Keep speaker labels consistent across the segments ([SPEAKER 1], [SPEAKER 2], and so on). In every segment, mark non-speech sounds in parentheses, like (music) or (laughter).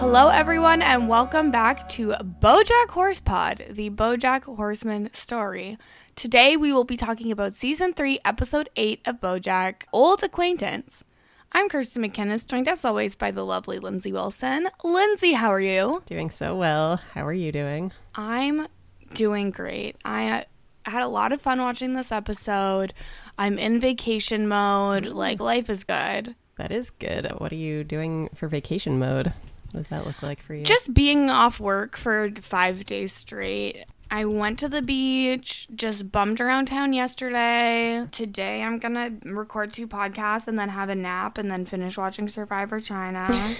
[SPEAKER 1] Hello, everyone, and welcome back to Bojack Horse Pod, the Bojack Horseman story. Today, we will be talking about season three, episode eight of Bojack Old Acquaintance. I'm Kirsten McKinnis, joined as always by the lovely Lindsay Wilson. Lindsay, how are you?
[SPEAKER 2] Doing so well. How are you doing?
[SPEAKER 1] I'm doing great. I uh, had a lot of fun watching this episode. I'm in vacation mode. Like, life is good.
[SPEAKER 2] That is good. What are you doing for vacation mode? What does that look like for you?
[SPEAKER 1] Just being off work for five days straight. I went to the beach, just bummed around town yesterday. Today I'm gonna record two podcasts and then have a nap and then finish watching Survivor
[SPEAKER 2] (laughs)
[SPEAKER 1] China.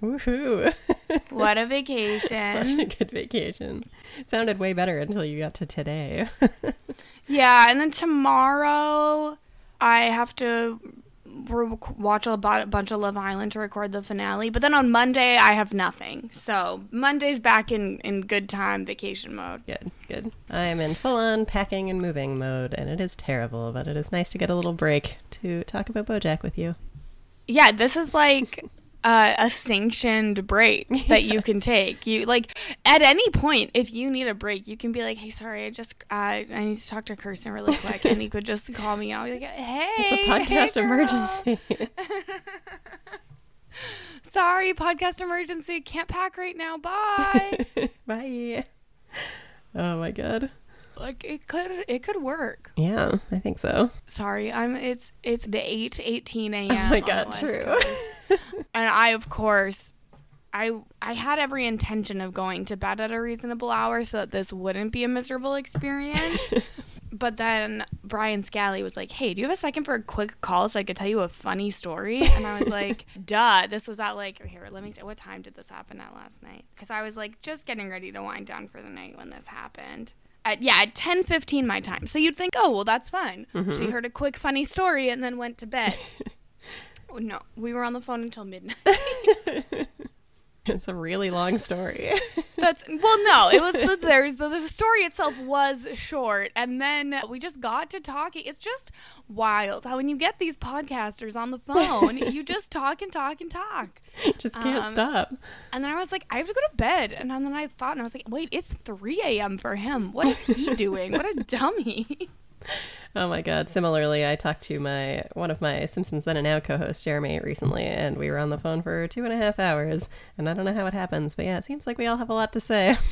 [SPEAKER 2] woohoo! (laughs)
[SPEAKER 1] what a
[SPEAKER 2] Such
[SPEAKER 1] vacation.
[SPEAKER 2] a good vacation. sounded way better until you got to today. (laughs)
[SPEAKER 1] yeah, and then tomorrow I have to re- watch a bo- bunch of Love Island to record the finale. But then on Monday I have nothing. So Monday's back in, in good time vacation mode.
[SPEAKER 2] good, good. I am in full on packing and moving mode, and it is terrible, but it is nice to get a little break to talk about Bojack with you.
[SPEAKER 1] Yeah, this is like uh, a sanctioned
[SPEAKER 2] (laughs)
[SPEAKER 1] break that you can take. You like at any point if you need a break, you can be like, "Hey, sorry, I just uh, I need to talk to Kirsten
[SPEAKER 2] (laughs)
[SPEAKER 1] really quick," and you could just call me. and I'll be like, "Hey,
[SPEAKER 2] It's a
[SPEAKER 1] hey,
[SPEAKER 2] podcast
[SPEAKER 1] girl.
[SPEAKER 2] emergency. (laughs)
[SPEAKER 1] Sorry, podcast emergency. Can't pack right now.
[SPEAKER 2] (laughs)
[SPEAKER 1] Bye."
[SPEAKER 2] Bye. Oh my god.
[SPEAKER 1] like it could it could work.
[SPEAKER 2] Yeah, I think so.
[SPEAKER 1] Sorry, I'm it's it's the eight eighteen a.m.
[SPEAKER 2] (laughs) Oh my
[SPEAKER 1] on the
[SPEAKER 2] god,
[SPEAKER 1] West
[SPEAKER 2] true.
[SPEAKER 1] Coast. and I of course I I had every intention of going to bed at a reasonable hour so that this wouldn't be a miserable experience. but then Brian Scally was like, "Hey, do you have a second for a quick call so I could tell you a funny story?" And I was like, "Duh, this was at like here, let me see what time did this happen at last night?" Cuz I was like just getting ready to wind down for the night when this happened. At, yeah, at 10:15 my time. So you'd think, "Oh, well that's fun." She heard a quick funny story and then went to bed. Oh, no, we were on the phone until midnight.
[SPEAKER 2] (laughs) it's a really long story.
[SPEAKER 1] That's well, no, it was the, there's the, the story itself was short, and then we just got to talking. It's just wild how when you get these podcasters on the phone, you just talk and talk and talk.
[SPEAKER 2] Just can't
[SPEAKER 1] Um,
[SPEAKER 2] stop.
[SPEAKER 1] And then I was like, I have to go to bed, and then I thought, and I was like, wait, it's three a.m. for him. What is he doing? What a dummy!
[SPEAKER 2] Oh my god. Similarly, I talked to my one of my Simpsons Then and Now co-hosts, Jeremy, recently, and we were on the phone for two and a half hours. And I don't know how it happens, but yeah, it seems like we all have a lot to say. (laughs)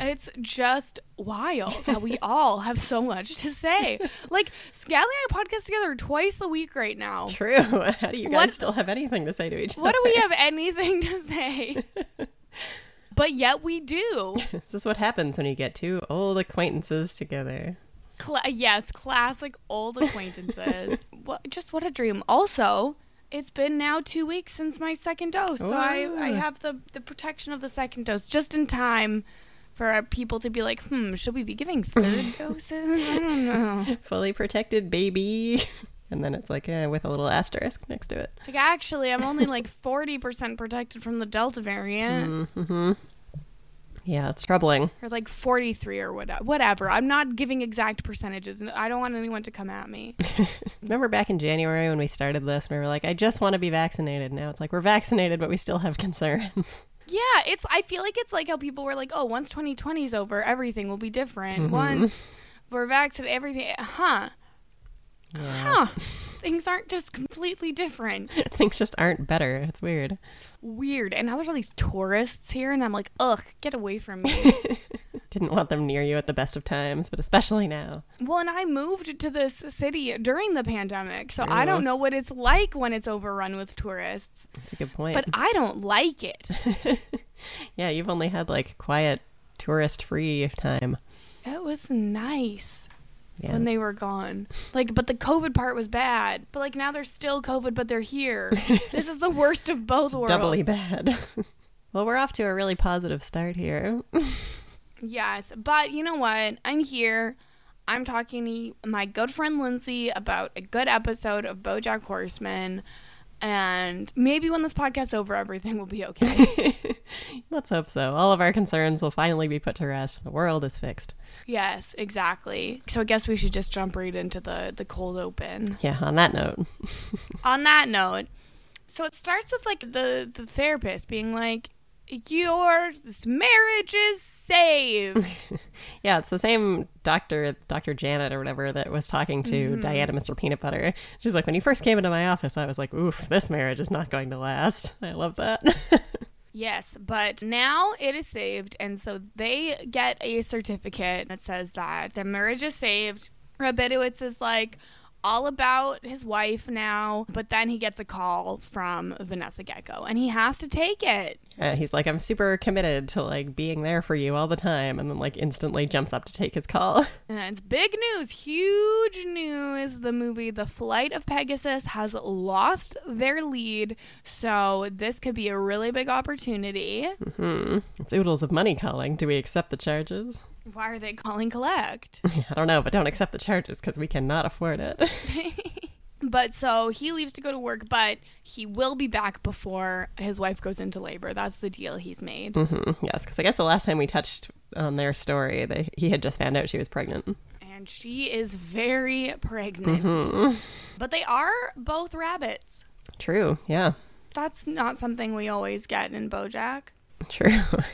[SPEAKER 1] It's just wild how we all have so much to say. Like Scally and I podcast together twice a week right now.
[SPEAKER 2] True. How do you guys
[SPEAKER 1] What-
[SPEAKER 2] still have anything to say to each
[SPEAKER 1] What
[SPEAKER 2] other?
[SPEAKER 1] do we have anything to say? But yet we do.
[SPEAKER 2] This is what happens when you get two old acquaintances together.
[SPEAKER 1] Cla- yes, classic old acquaintances. what, just what a dream. Also, it's been now two weeks since my second dose, so I, I
[SPEAKER 2] Ooh.
[SPEAKER 1] have the, the protection of the second dose just in time for our people to be like, hmm, should we be giving third doses? I don't
[SPEAKER 2] (laughs)
[SPEAKER 1] know.
[SPEAKER 2] Fully protected, baby. (laughs) And then it's like eh, with a little asterisk next to it.
[SPEAKER 1] It's like, actually, I'm only like 40% protected from the Delta variant.
[SPEAKER 2] Mm-hmm. Yeah, it's troubling.
[SPEAKER 1] or like 43 or whatever. Whatever. I'm not giving exact percentages. and I don't want anyone to come at me.
[SPEAKER 2] Remember back in January when we started this and we were like, I just want to be vaccinated. Now it's like we're vaccinated, but we still have (laughs) concerns.
[SPEAKER 1] Yeah, it's I feel like it's like how people were like, "Oh, once 2020 is over, everything will be different.
[SPEAKER 2] Mhm.
[SPEAKER 1] Once we're vaccinated, everything huh? Huh.
[SPEAKER 2] Yeah.
[SPEAKER 1] Things aren't just completely different.
[SPEAKER 2] (laughs) Things just aren't better. It's weird.
[SPEAKER 1] Weird. And now there's all these tourists here and I'm like, "Ugh, get away from me."
[SPEAKER 2] Didn't want them near you at the best of times, but especially now.
[SPEAKER 1] well, and I moved to this city during the pandemic, so I
[SPEAKER 2] True.
[SPEAKER 1] don't know what it's like when it's overrun with tourists,
[SPEAKER 2] That's a good point.
[SPEAKER 1] but I don't like it.
[SPEAKER 2] yeah, you've only had like quiet, tourist free time.
[SPEAKER 1] It was nice
[SPEAKER 2] Yeah.
[SPEAKER 1] when they were gone. Like, but the COVID part was bad. But like now they're still COVID, but they're here. this is the worst of both worlds.
[SPEAKER 2] Doubly bad. (laughs) well, we're off to a really positive start here.
[SPEAKER 1] Yes, but you know what? I'm here. I'm talking to my good friend Lindsay about a good episode of BoJack Horseman, and maybe when this podcast's over, everything will be okay.
[SPEAKER 2] Let's hope so. All of our concerns will finally be put to rest. The world is fixed.
[SPEAKER 1] yes, exactly. So I guess we should just jump right into the the cold open.
[SPEAKER 2] Yeah, on that note.
[SPEAKER 1] On that note, so it starts with like the the therapist being like your marriage is saved.
[SPEAKER 2] Yeah, it's the same doctor, Dr. Janet or whatever, that was talking to Diana, Mr. Peanut Butter. She's like, when you first came into my office, I was like, oof, this marriage is not going to last. I love that. (laughs)
[SPEAKER 1] yes, but now it is saved and so they get a certificate that says that the marriage is saved. Rabinowitz is like all about his wife now, but then he gets a call from Vanessa Gecko and he has to take it.
[SPEAKER 2] and he's like, I'm super committed to like being there for you all the time. And then like instantly jumps up to take his call. (laughs)
[SPEAKER 1] And it's big news, huge news. The movie The Flight of Pegasus has lost their lead, so this could be a really big opportunity.
[SPEAKER 2] Hmm. It's oodles of money calling. Do we accept the charges? (laughs)
[SPEAKER 1] Why are they calling collect?
[SPEAKER 2] I don't know, but don't accept the charges because we cannot afford it. (laughs)
[SPEAKER 1] But so he leaves to go to work, but he will be back before his wife goes into labor. That's the deal he's made.
[SPEAKER 2] Mhm, yes, because I guess the last time we touched on their story, they, he had just found out she was pregnant.
[SPEAKER 1] And she is very pregnant. But they are both rabbits.
[SPEAKER 2] True. Yeah.
[SPEAKER 1] That's not something we always get in Bojack.
[SPEAKER 2] True. (laughs)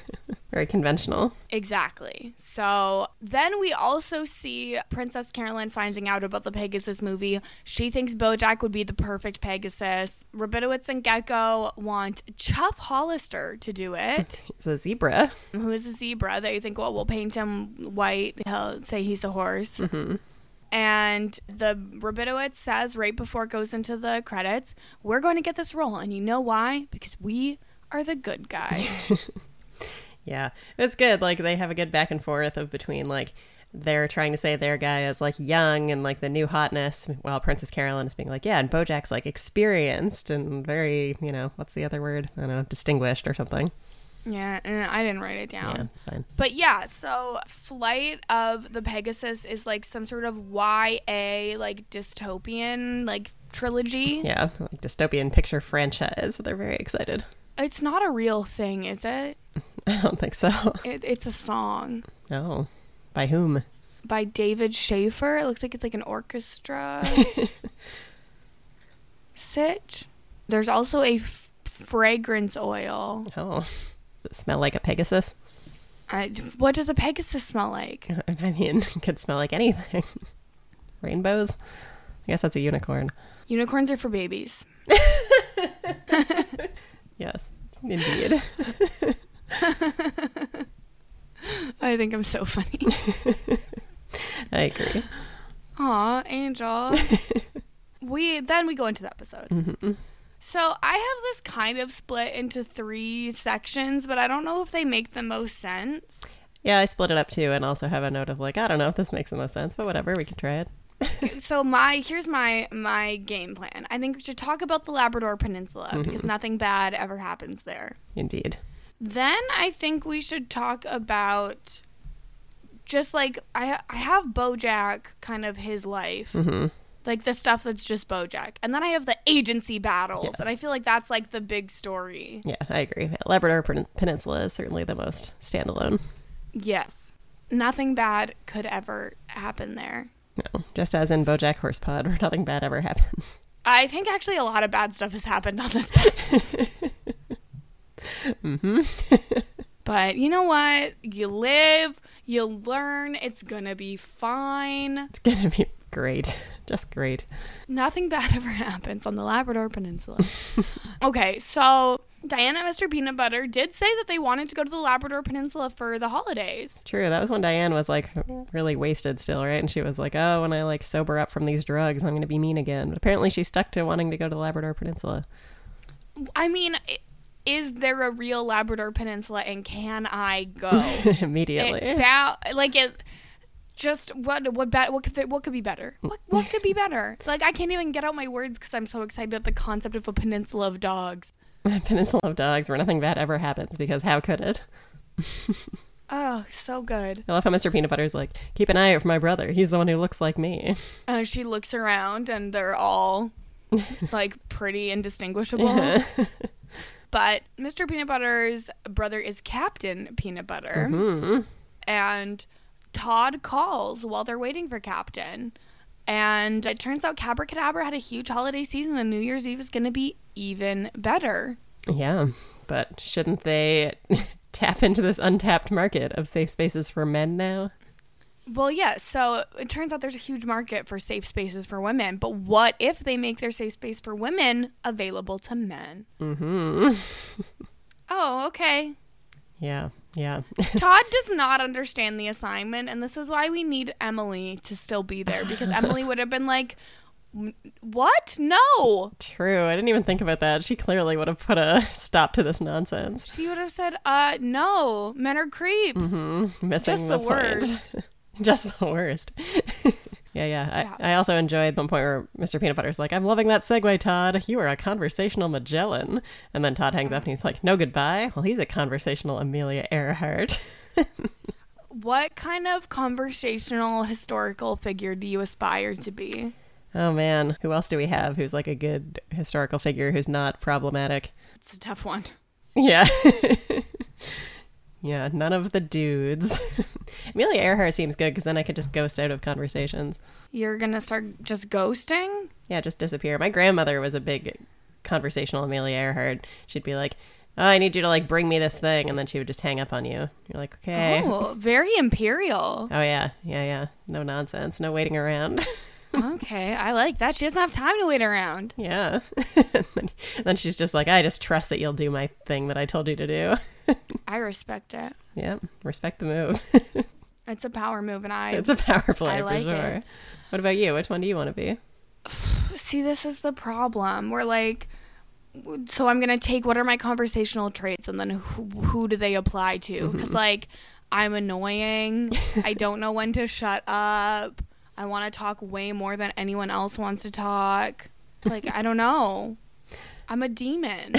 [SPEAKER 2] Very conventional.
[SPEAKER 1] Exactly. So then we also see Princess Carolyn finding out about the Pegasus movie. She thinks Bojack would be the perfect Pegasus. Rabinowitz and Gecko want Chuff Hollister to do
[SPEAKER 2] (laughs)
[SPEAKER 1] it,
[SPEAKER 2] It's a zebra.
[SPEAKER 1] who is a zebra. They think, well, we'll paint him white. He'll say he's a horse. And the Rabinowitz says right before it goes into the credits, we're going to get this role. And you know why? Because we are the good guys.
[SPEAKER 2] Yeah. It's good. Like they have a good back and forth of between like they're trying to say their guy is like young and like the new hotness while Princess Carolyn is being like, yeah, and Bojack's like experienced and very, you know, what's the other word? I don't know, distinguished or something.
[SPEAKER 1] yeah, and I didn't write it down.
[SPEAKER 2] Yeah, it's fine.
[SPEAKER 1] But yeah, so Flight of the Pegasus is like some sort of YA like dystopian like trilogy.
[SPEAKER 2] Yeah. Like dystopian picture franchise. So they're very excited. (laughs)
[SPEAKER 1] It's not a real thing, is it?
[SPEAKER 2] I don't think so.
[SPEAKER 1] it? It's a song
[SPEAKER 2] No. By whom?
[SPEAKER 1] by David Schaefer. It looks like it's like an orchestra. Sitch. There's also a f- fragrance oil.
[SPEAKER 2] Oh. Does it smell like a Pegasus?
[SPEAKER 1] I, what does a Pegasus smell like?
[SPEAKER 2] (laughs) I mean, it could smell like anything. (laughs) Rainbows? I guess that's a unicorn.
[SPEAKER 1] Unicorns are for babies.
[SPEAKER 2] Yes, indeed.
[SPEAKER 1] I think I'm so funny.
[SPEAKER 2] I agree.
[SPEAKER 1] Aw, Angel. we then we go into the episode.
[SPEAKER 2] Mm-hmm.
[SPEAKER 1] So I have this kind of split into three sections, but I don't know if they make the most sense.
[SPEAKER 2] Yeah, I split it up too and also have a note of like, I don't know if this makes the most sense, but whatever, we can try it.
[SPEAKER 1] so my here's my my game plan. I think we should talk about the Labrador Peninsula because nothing bad ever happens there.
[SPEAKER 2] Indeed.
[SPEAKER 1] Then I think we should talk about just like I I have Bojack kind of his life.
[SPEAKER 2] Mm. Mm-hmm.
[SPEAKER 1] Like the stuff that's just Bojack. And then I have the agency battles.
[SPEAKER 2] Yes.
[SPEAKER 1] And I feel like that's like the big story.
[SPEAKER 2] Yeah, I agree. Labrador Pen- Peninsula is certainly the most standalone.
[SPEAKER 1] Yes. Nothing bad could ever happen there.
[SPEAKER 2] No, just as in Bojack Horsepod, (laughs) where nothing bad ever happens.
[SPEAKER 1] I think actually a lot of bad stuff has happened on this. but you know what? You live, you learn, it's gonna be fine.
[SPEAKER 2] It's gonna be great. (laughs) Just great.
[SPEAKER 1] Nothing bad (laughs) ever happens on the Labrador Peninsula. okay, so Diana and Mr. Peanut Butter did say that they wanted to go to the Labrador Peninsula for the holidays.
[SPEAKER 2] True. That was when Diane was like really wasted still, right? And she was like, "Oh, when I like sober up from these drugs, I'm going to be mean again." But apparently, she stuck to wanting to go to the Labrador Peninsula. (laughs)
[SPEAKER 1] I mean, i- is there a real Labrador Peninsula and can I go?
[SPEAKER 2] Immediately. (laughs)
[SPEAKER 1] It sou- like it. Just what what bet what could th- what could be better? What what could be better? Like I can't even get out my words because I'm so excited at the concept of a peninsula of dogs.
[SPEAKER 2] Peninsula of Dogs, where nothing bad ever happens, because how could it?
[SPEAKER 1] Oh, so good.
[SPEAKER 2] I love how Mr. Peanut Butter's like, "Keep an eye out for my brother. He's the one who looks like me." (laughs)
[SPEAKER 1] Uh, she looks around and they're all like pretty indistinguishable. But Mr. Peanut Butter's brother is Captain Peanut Butter. And Todd calls while they're waiting for Captain. And it turns out Cabracadabra had a huge holiday season, and New Year's Eve is going to be even better.
[SPEAKER 2] Yeah, but shouldn't they (laughs) tap into this untapped market of safe spaces for men now?
[SPEAKER 1] Well, yeah. So it turns out there's a huge market for safe spaces for women. But what if they make their safe space for women available to men?
[SPEAKER 2] Mm-hmm.
[SPEAKER 1] Oh, okay.
[SPEAKER 2] Yeah, yeah. (laughs)
[SPEAKER 1] Todd does not understand the assignment, and this is why we need Emily to still be there because Emily would have been like, "M- What? No.
[SPEAKER 2] True. I didn't even think about that. She clearly would have put a stop to this nonsense.
[SPEAKER 1] She would have said, Uh, no. Men are creeps.
[SPEAKER 2] Mm, (laughs) missing
[SPEAKER 1] Mm-hmm. Just the
[SPEAKER 2] point.
[SPEAKER 1] worst.
[SPEAKER 2] (laughs) Just the worst. (laughs) yeah, yeah. I, I also enjoyed the point where Mr. Peanut Butter's like, I'm loving that segue, Todd. You are a conversational Magellan. And then Todd hangs up and he's like, No goodbye. Well, he's a conversational Amelia Earhart. (laughs)
[SPEAKER 1] What kind of conversational historical figure do you aspire to be?
[SPEAKER 2] Oh man, who else do we have who's like a good historical figure who's not problematic?
[SPEAKER 1] It's a tough one.
[SPEAKER 2] Yeah. (laughs) yeah, none of the dudes. (laughs) Amelia Earhart seems good because then I could just ghost out of conversations.
[SPEAKER 1] You're going to start just ghosting?
[SPEAKER 2] Yeah, just disappear. My grandmother was a big conversational Amelia Earhart. She'd be like, Oh, I need you to like bring me this thing. And then she would just hang up on you. You're like, Okay. Oh,
[SPEAKER 1] Oh, very
[SPEAKER 2] (laughs)
[SPEAKER 1] imperial.
[SPEAKER 2] yeah. Yeah, yeah. No nonsense. No waiting around. (laughs)
[SPEAKER 1] okay, I like that. She doesn't have time to wait around.
[SPEAKER 2] yeah. (laughs) And then- then she's just like, I just trust that you'll do my thing that I told you to do. (laughs)
[SPEAKER 1] I respect it.
[SPEAKER 2] Yep, respect the move.
[SPEAKER 1] It's a power move, and I
[SPEAKER 2] it's a power play
[SPEAKER 1] I like
[SPEAKER 2] for sure.
[SPEAKER 1] it.
[SPEAKER 2] What about you? Which one do you want to be?
[SPEAKER 1] see this is the problem. We're like, so I'm gonna take what are my conversational traits, and then who, who do they apply to? Because like, I'm annoying. I don't know when to shut up. I want to talk way more than anyone else wants to talk. Like I don't know. I'm a demon.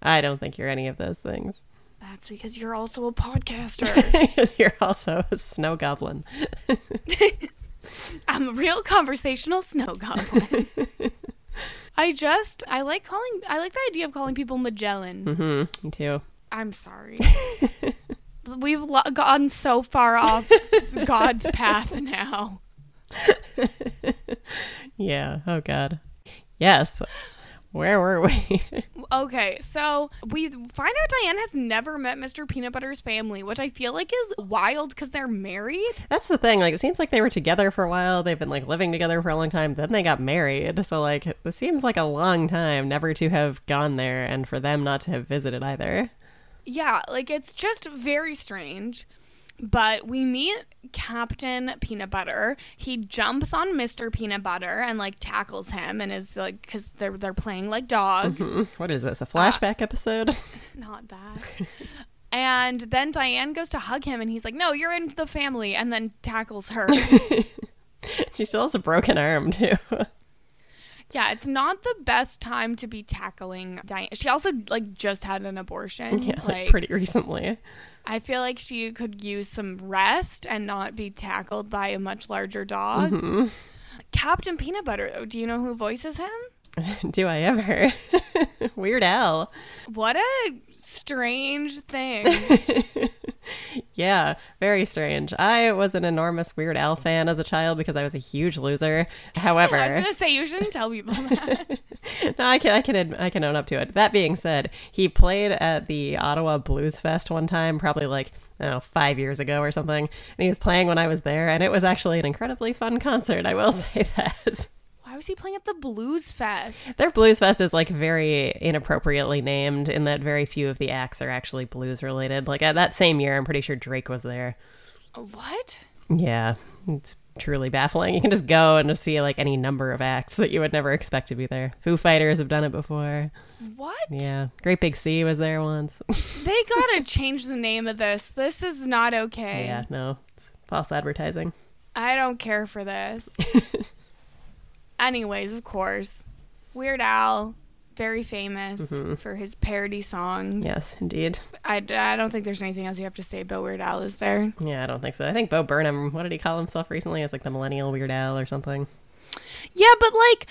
[SPEAKER 2] I don't think you're any of those things.
[SPEAKER 1] That's because you're also a
[SPEAKER 2] (laughs)
[SPEAKER 1] podcaster.
[SPEAKER 2] 'Cause you're also a snow goblin.
[SPEAKER 1] I'm a real conversational snow goblin. I just I like calling I like the idea of calling people Magellan.
[SPEAKER 2] hmm me too.
[SPEAKER 1] I'm sorry. We've lo- gone so far off God's path now.
[SPEAKER 2] Yeah. Oh God. Yes. Where were we? (laughs)
[SPEAKER 1] Okay, so we find out Diane has never met Mr. Peanut Butter's family, which I feel like is wild because they're married.
[SPEAKER 2] That's the thing. Like, it seems like they were together for a while. They've been like living together for a long time. Then they got married. So like, it seems like a long time never to have gone there, and for them not to have visited either.
[SPEAKER 1] Yeah, like it's just very strange. But we meet Captain Peanut Butter. He jumps on Mr. Peanut Butter and like tackles him and is like cuz they're they're playing like dogs.
[SPEAKER 2] Mm, What is this? A flashback episode? (laughs)
[SPEAKER 1] Not that. and then Diane goes to hug him, and he's like, "No, you're in the family," and then tackles
[SPEAKER 2] (laughs)
[SPEAKER 1] her.
[SPEAKER 2] she still has a broken arm too. (laughs)
[SPEAKER 1] yeah, it's not the best time to be tackling Diane. She also like just had an abortion.
[SPEAKER 2] yeah, like,
[SPEAKER 1] like
[SPEAKER 2] pretty recently. (laughs)
[SPEAKER 1] I feel like she could use some rest and not be tackled by a much larger dog.
[SPEAKER 2] Mm-hmm.
[SPEAKER 1] Captain Peanut Butter, though, do you know who voices him?
[SPEAKER 2] Do I ever? (laughs) Weird Al.
[SPEAKER 1] What a strange
[SPEAKER 2] (laughs)
[SPEAKER 1] thing.
[SPEAKER 2] Yeah, very strange. I was an enormous Weird Al fan as a child because I was a huge loser.
[SPEAKER 1] (laughs)
[SPEAKER 2] However,
[SPEAKER 1] I was gonna say you shouldn't tell people that.
[SPEAKER 2] no, I can I can ad- I can own up to it. That being said, he played at the Ottawa Blues Fest one time, probably like I don't know five years ago or something, and he was playing when I was there, and it was actually an incredibly fun concert. I will (laughs) say that.
[SPEAKER 1] Why was he playing at the Blues Fest?
[SPEAKER 2] Their Blues Fest is like very inappropriately named in that very few of the acts are actually blues related. Like at that same year, I'm pretty sure Drake was there.
[SPEAKER 1] What?
[SPEAKER 2] Yeah, it's truly baffling. You can just go and just see like any number of acts that you would never expect to be there. Foo Fighters have done it before.
[SPEAKER 1] What?
[SPEAKER 2] Yeah, Great Big Sea was there once.
[SPEAKER 1] They gotta change the name of this. This is not okay.
[SPEAKER 2] yeah, no, it's false advertising.
[SPEAKER 1] I don't care for this. Anyways, of course, Weird Al, very famous for his parody songs.
[SPEAKER 2] Yes, indeed.
[SPEAKER 1] I, I don't think there's anything else you have to say about Weird Al, is there?
[SPEAKER 2] Yeah, I don't think so. I think Bo Burnham. What did he call himself recently? As like the Millennial Weird Al or something. (laughs)
[SPEAKER 1] Yeah, but like,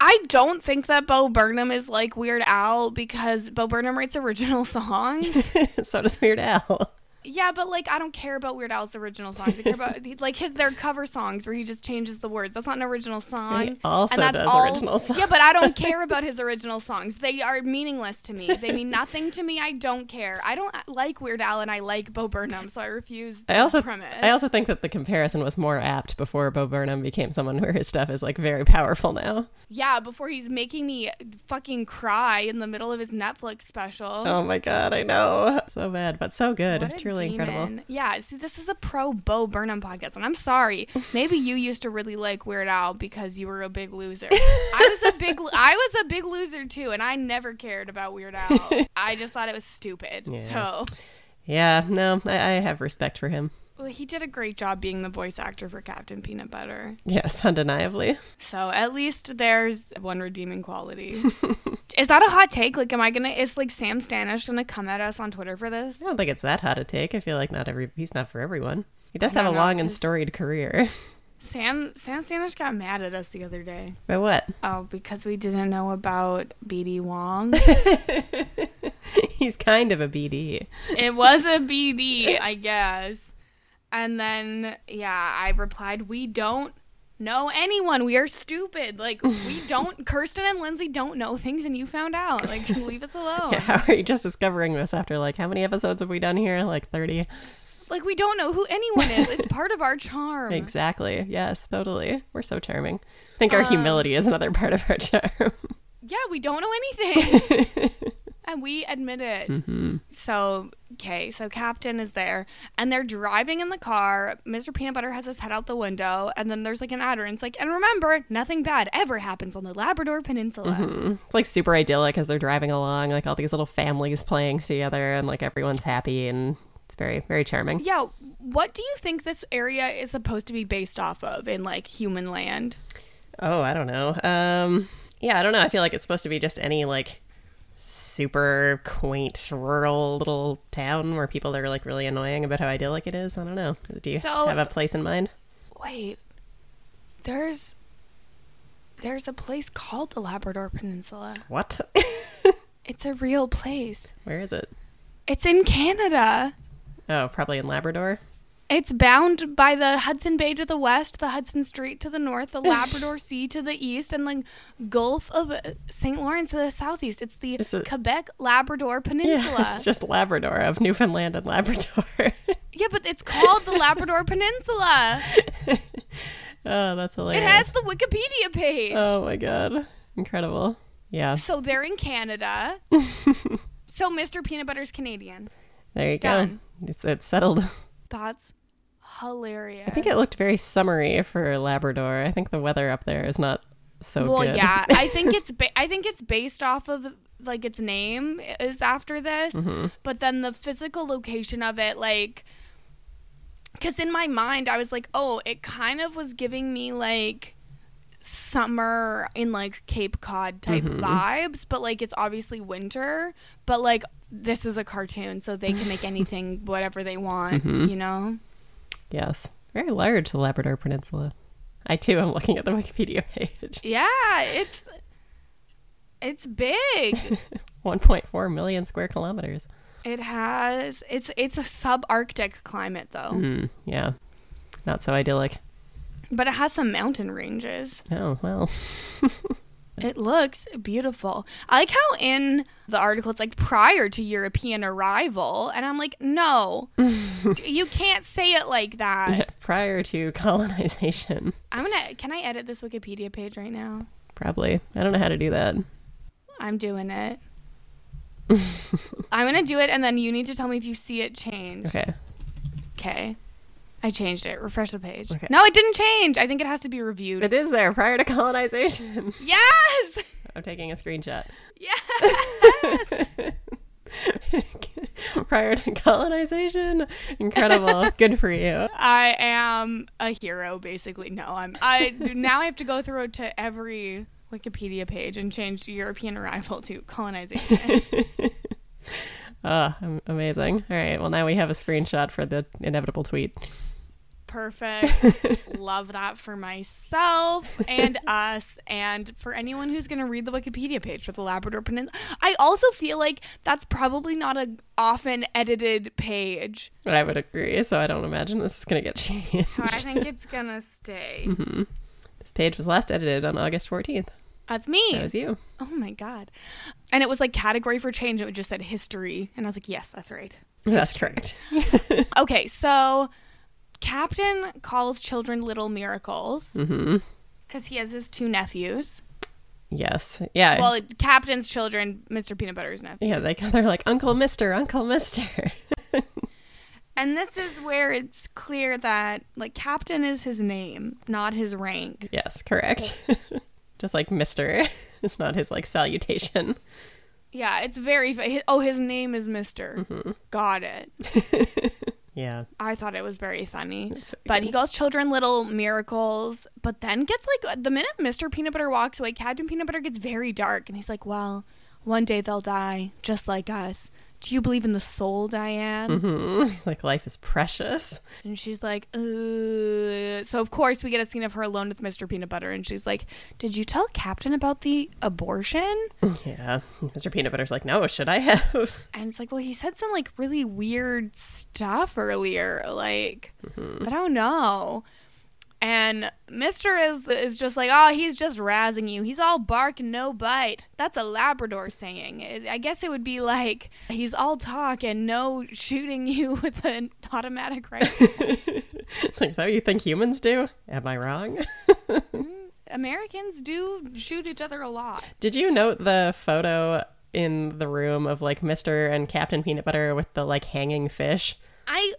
[SPEAKER 1] I don't think that Bo Burnham is like Weird Al because Bo Burnham writes original (laughs) songs.
[SPEAKER 2] so does Weird Al.
[SPEAKER 1] Yeah, but like I don't care about Weird Al's original songs. I care
[SPEAKER 2] (laughs)
[SPEAKER 1] about like his their cover songs where he just changes the words. That's not an original song.
[SPEAKER 2] He also does original songs.
[SPEAKER 1] Yeah, but I don't
[SPEAKER 2] (laughs)
[SPEAKER 1] care about his original songs. They are meaningless to me. They mean nothing to me. I don't care. I don't uh, like Weird Al and I like Bo Burnham, so I refuse.
[SPEAKER 2] I also
[SPEAKER 1] the premise.
[SPEAKER 2] I also think that the comparison was more apt before Bo Burnham became someone where his stuff is like very powerful now.
[SPEAKER 1] yeah, before he's making me fucking cry in the middle of his Netflix special.
[SPEAKER 2] Oh my god, I know. So bad, but so good.
[SPEAKER 1] What a
[SPEAKER 2] Truly incredible.
[SPEAKER 1] demon. Yeah, see, this is a pro Bo Burnham podcast, and I'm
[SPEAKER 2] (laughs)
[SPEAKER 1] sorry. Maybe you used to really like Weird Al because you were a big
[SPEAKER 2] (laughs)
[SPEAKER 1] loser. I was a big, lo- I was a big loser too, and I never cared about Weird
[SPEAKER 2] (laughs)
[SPEAKER 1] Al. I just thought it was stupid.
[SPEAKER 2] Yeah.
[SPEAKER 1] So
[SPEAKER 2] Yeah, no, I, I have respect for him.
[SPEAKER 1] well, he did a great job being the voice actor for Captain Peanut Butter.
[SPEAKER 2] Yes, (laughs) undeniably.
[SPEAKER 1] So at least there's one redeeming
[SPEAKER 2] (laughs)
[SPEAKER 1] quality. is that a hot take? Like, am I gonna? Is like Sam Stanish gonna come at us on Twitter for this?
[SPEAKER 2] I don't think it's that hot a take. I feel like not every he's not for everyone. He does
[SPEAKER 1] I
[SPEAKER 2] have a
[SPEAKER 1] don't know,
[SPEAKER 2] long and
[SPEAKER 1] his-
[SPEAKER 2] storied career. (laughs)
[SPEAKER 1] Sam Sam Stanish got mad at us the other day.
[SPEAKER 2] But what?
[SPEAKER 1] Oh, because we didn't know about BD Wong.
[SPEAKER 2] (laughs) He's kind of a BD.
[SPEAKER 1] it was a BD, I guess. And then, yeah, I replied, We don't know anyone. We are stupid. Like, we don't, Kirsten and Lindsay don't know things, and you found out. Like, leave us alone.
[SPEAKER 2] Yeah, how are you just discovering this after like how many episodes have we done here? Like 30.
[SPEAKER 1] Like, we don't know who anyone is. It's part of our charm.
[SPEAKER 2] Exactly. Yes, totally. We're so charming. I think our humility is another part of our charm. (laughs)
[SPEAKER 1] Yeah, we don't know anything. and we admit it. So, okay, so Captain is there and they're driving in the car. Mr. Peanut Butter has his head out the window and then there's like an adder and it's like, and remember, nothing bad ever happens on the Labrador Peninsula.
[SPEAKER 2] it's like super idyllic as they're driving along, like all these little families playing together and like everyone's happy and it's very, very charming.
[SPEAKER 1] Yeah, what do you think this area is supposed to be based off of in like human land?
[SPEAKER 2] Oh, I don't know. Um, yeah, I don't know. I feel like it's supposed to be just any like super quaint rural little town where people are like really annoying about how idyllic it is. I don't know. Do you
[SPEAKER 1] So-
[SPEAKER 2] have a place in mind?
[SPEAKER 1] Wait. There's there's a place called the Labrador Peninsula.
[SPEAKER 2] What?
[SPEAKER 1] It's a real place.
[SPEAKER 2] (laughs) where is it?
[SPEAKER 1] It's in Canada.
[SPEAKER 2] Oh, probably in Labrador.
[SPEAKER 1] It's bound by the Hudson Bay to the west, the Hudson Strait to the north,
[SPEAKER 2] (sighs)
[SPEAKER 1] the Labrador Sea to the east, and the Gulf of uh, St. Lawrence to the southeast. It's the
[SPEAKER 2] It's a-
[SPEAKER 1] Quebec Labrador Peninsula.
[SPEAKER 2] Yeah, (laughs) it's just Labrador of Newfoundland and Labrador.
[SPEAKER 1] (laughs)
[SPEAKER 2] (laughs)
[SPEAKER 1] yeah, but it's called the Labrador Peninsula.
[SPEAKER 2] oh, that's hilarious.
[SPEAKER 1] It has the Wikipedia page.
[SPEAKER 2] Oh my god, incredible. Yeah,
[SPEAKER 1] so they're in Canada.
[SPEAKER 2] (laughs)
[SPEAKER 1] so Mr. Peanut Butter's Canadian.
[SPEAKER 2] there you
[SPEAKER 1] Done.
[SPEAKER 2] go. It's, it's settled.
[SPEAKER 1] That's hilarious.
[SPEAKER 2] I think it looked very summery for Labrador. I think the weather up there is not so
[SPEAKER 1] well,
[SPEAKER 2] Oh, good.
[SPEAKER 1] yeah,
[SPEAKER 2] (laughs)
[SPEAKER 1] I think it's ba- I think it's based off of like its name is after this, but then the physical location of it, like, because in my mind I was like, oh, it kind of was giving me like summer in like Cape Cod type vibes, but like it's obviously winter, but like this is a cartoon, so they can make anything whatever they want, you know.
[SPEAKER 2] Yes, very large the Labrador Peninsula. I too am looking at the Wikipedia page. (laughs)
[SPEAKER 1] Yeah, it's it's big.
[SPEAKER 2] 1.4 million square kilometers.
[SPEAKER 1] It has it's it's a subarctic climate though,
[SPEAKER 2] Hmm. yeah, not so idyllic.
[SPEAKER 1] but it has some mountain ranges.
[SPEAKER 2] Oh well. (laughs)
[SPEAKER 1] It looks beautiful. I like how in the article it's like prior to European arrival, and I'm like,
[SPEAKER 2] (laughs)
[SPEAKER 1] no, st- you can't say it like that.
[SPEAKER 2] Prior to colonization,
[SPEAKER 1] I'm gonna. Can I edit this Wikipedia page right now?
[SPEAKER 2] probably. I don't know how to do that.
[SPEAKER 1] I'm doing
[SPEAKER 2] (laughs)
[SPEAKER 1] it. I'm gonna do it, and then you need to tell me if you see it change.
[SPEAKER 2] Okay.
[SPEAKER 1] Okay. I changed it. Refresh the page.
[SPEAKER 2] Okay.
[SPEAKER 1] No, it didn't change. I think it has to be reviewed.
[SPEAKER 2] It is there prior to colonization. (laughs)
[SPEAKER 1] yes. (laughs)
[SPEAKER 2] I'm taking a screenshot. (laughs)
[SPEAKER 1] Yes.
[SPEAKER 2] prior to colonization. Incredible. Good for you.
[SPEAKER 1] (laughs) I am a hero, basically. No, I'm. I do, now I have to go through to every Wikipedia page and change European arrival to (laughs) colonization.
[SPEAKER 2] Ah, Oh, am- amazing. All right. Well, now we have a screenshot for the inevitable tweet.
[SPEAKER 1] Perfect. Love that for myself (laughs) and us, and for anyone who's going to read the Wikipedia page for the Labrador Peninsula. I also feel like that's probably not a often edited page,
[SPEAKER 2] I would agree, so I don't imagine this is going to get (laughs) changed. Mm-hmm.
[SPEAKER 1] so I think it's going to stay.
[SPEAKER 2] this page was last edited on August 14th.
[SPEAKER 1] That's me.
[SPEAKER 2] That was you.
[SPEAKER 1] oh my god! And it was like category for change. It just said history, and I was like, yes, that's right.
[SPEAKER 2] That's correct.
[SPEAKER 1] Okay, so Captain calls children little miracles because
[SPEAKER 2] Mm-hmm.
[SPEAKER 1] he has his two nephews.
[SPEAKER 2] Yes. Yeah.
[SPEAKER 1] Well, Captain's children, Mr. Peanut Butter's nephew.
[SPEAKER 2] yeah, they, they're like, (laughs) Uncle Mister, Uncle Mister. (laughs)
[SPEAKER 1] And this is where it's clear that, like, Captain is his name, not his rank.
[SPEAKER 2] yes, correct. (laughs) Just like Mister. (laughs) It's not his like salutation.
[SPEAKER 1] Yeah, it's very. Fa- oh, his name is Mister. Got it.
[SPEAKER 2] Yeah.
[SPEAKER 1] I thought it was very funny.
[SPEAKER 2] very
[SPEAKER 1] but he calls children little miracles, but then gets like uh, the minute Mr. Peanut Butter walks away, Captain Peanut Butter gets very dark and he's like, Well, one day they'll die, just like us. Do you believe in the soul, Diane?
[SPEAKER 2] Mm-hmm. Like life is precious.
[SPEAKER 1] And she's like, Ugh. So, of course, we get a scene of her alone with Mr. Peanut Butter. And she's like, Did you tell Captain about the abortion?
[SPEAKER 2] Yeah. Mr. Peanut Butter's like, no, should I have? (laughs)
[SPEAKER 1] And it's like, Well, he said some like really weird stuff earlier. Like, I don't know. And Mr. is is just like, Oh, he's just razzing you. He's all bark, and no bite. That's a Labrador saying. It- I guess it would be like, He's all talk and no shooting (laughs) you with an automatic rifle.
[SPEAKER 2] It's like, is that what you think humans do? Am I wrong? (laughs)
[SPEAKER 1] Americans do shoot each other a lot.
[SPEAKER 2] Did you note the photo in the room of like Mr. and Captain Peanut Butter with the like hanging fish?
[SPEAKER 1] I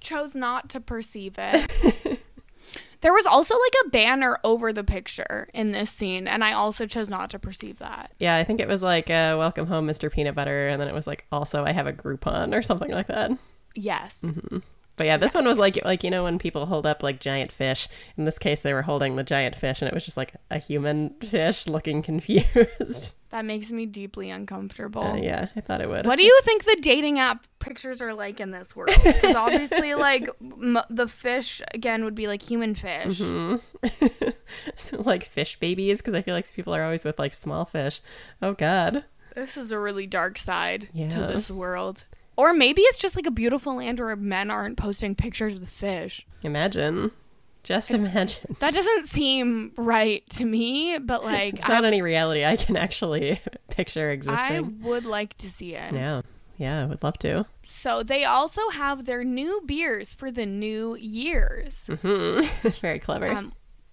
[SPEAKER 1] chose not to perceive it.
[SPEAKER 2] (laughs)
[SPEAKER 1] there was also like a banner over the picture in this scene, and I also chose not to perceive that.
[SPEAKER 2] Yeah, I think it was like uh, "Welcome Home, Mr. Peanut Butter," and then it was like also I have a Groupon or something like that.
[SPEAKER 1] Yes.
[SPEAKER 2] Mm-hmm. But yeah, this one was like like you know when people hold up like giant fish. In this case, they were holding the giant fish, and it was just like a human fish looking (laughs) confused.
[SPEAKER 1] That makes me deeply uncomfortable.
[SPEAKER 2] Uh, yeah, I thought it would.
[SPEAKER 1] Oh.
[SPEAKER 2] (laughs)
[SPEAKER 1] What do you think the dating app pictures are like in this world? Because
[SPEAKER 2] (laughs)
[SPEAKER 1] obviously, like m- the fish again would be like human fish.
[SPEAKER 2] Mm-hmm. So, like fish babies? Because I feel like people are always with like small fish. Oh God.
[SPEAKER 1] This is a really dark side to
[SPEAKER 2] Yeah.
[SPEAKER 1] this world. Or maybe it's just like a beautiful land where men aren't posting pictures with fish.
[SPEAKER 2] Imagine. Just imagine.
[SPEAKER 1] That doesn't seem right to me,
[SPEAKER 2] (laughs)
[SPEAKER 1] but like
[SPEAKER 2] It's
[SPEAKER 1] I,
[SPEAKER 2] not any reality I can actually (laughs) picture
[SPEAKER 1] I
[SPEAKER 2] existing.
[SPEAKER 1] would like to see it.
[SPEAKER 2] Yeah. Yeah, I would love to.
[SPEAKER 1] So they also have their new beers for the new years.
[SPEAKER 2] hmm (laughs) Very clever.
[SPEAKER 1] Um,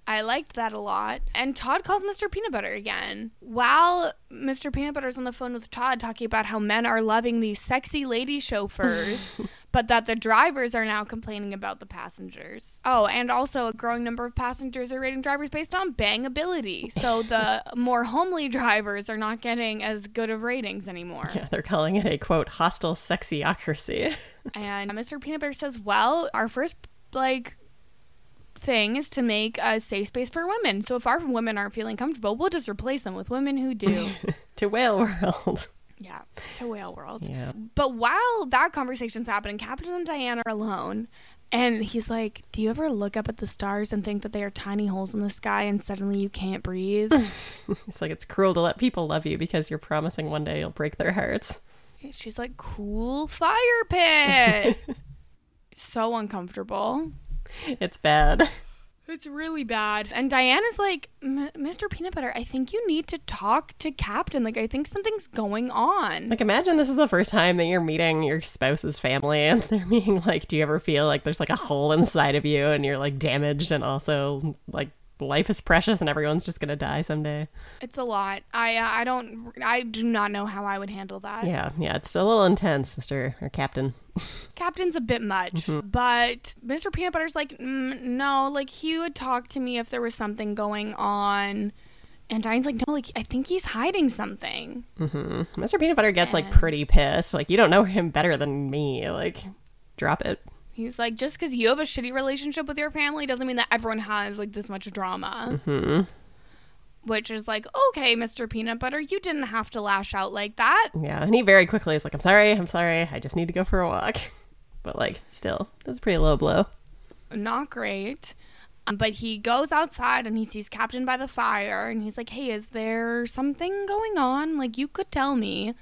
[SPEAKER 1] I liked that a lot. And Todd calls Mr. Peanut Butter again. While Mr. Peanut Butter's on the phone with Todd talking about how men are loving these sexy lady chauffeurs, but that the drivers are now complaining about the passengers. Oh, and also a growing number of passengers are rating drivers based on bangability. So the more homely drivers are not getting as good of ratings anymore.
[SPEAKER 2] yeah, they're calling it a quote hostile sexyocracy. (laughs)
[SPEAKER 1] And Mr. Peanut Butter says, "Well, our first like thing is to make a safe space for women. So if our women aren't feeling comfortable, we'll just replace them with women who do."
[SPEAKER 2] to Whale World.
[SPEAKER 1] (laughs) yeah, to whale world.
[SPEAKER 2] Yeah.
[SPEAKER 1] But while that conversation's happening, Captain and Diane are alone. And he's like, Do you ever look up at the stars and think that they are tiny holes in the sky and suddenly you can't (laughs) breathe?
[SPEAKER 2] (laughs) It's like it's cruel to let people love you because you're promising one day you'll break their hearts. (laughs)
[SPEAKER 1] She's like, Cool fire (laughs) pit. so uncomfortable.
[SPEAKER 2] It's bad. (laughs)
[SPEAKER 1] It's really bad. And Diane is like, "M- Mr. Peanut Butter, I think you need to talk to Captain. Like, I think something's going on.
[SPEAKER 2] Like imagine this is the first time that you're meeting your spouse's family and (laughs) they're being like, Do you ever feel like there's like a hole inside of you and you're like damaged and also like life is precious and everyone's just gonna die someday?
[SPEAKER 1] It's a lot. I uh, I don't I do not know how I would handle that.
[SPEAKER 2] Yeah, yeah, it's a little intense, sister or captain.
[SPEAKER 1] Captain's a bit much,
[SPEAKER 2] Mm-hmm.
[SPEAKER 1] but Mr. Peanut Butter's like, mm, no, like he would talk to me if there was something going on. And Diane's like, no, like I think he's hiding something.
[SPEAKER 2] Mr. Mm-hmm. Peanut Butter gets like pretty pissed. Like, you don't know him better than me. Like, drop it.
[SPEAKER 1] He's like, just because you have a shitty relationship with your family doesn't mean that everyone has like this much
[SPEAKER 2] Mm-hmm.
[SPEAKER 1] drama.
[SPEAKER 2] Hmm.
[SPEAKER 1] Which is like, okay, Mr. Peanut Butter, you didn't have to lash out like that.
[SPEAKER 2] Yeah, and he very quickly is like, I'm sorry, I'm sorry, I just need to go for a walk. But like, still, that's a pretty low blow. (laughs)
[SPEAKER 1] not great. Um, But he goes outside and he sees Captain by the fire and he's like, "Hey, is there something going on? Like you could tell me."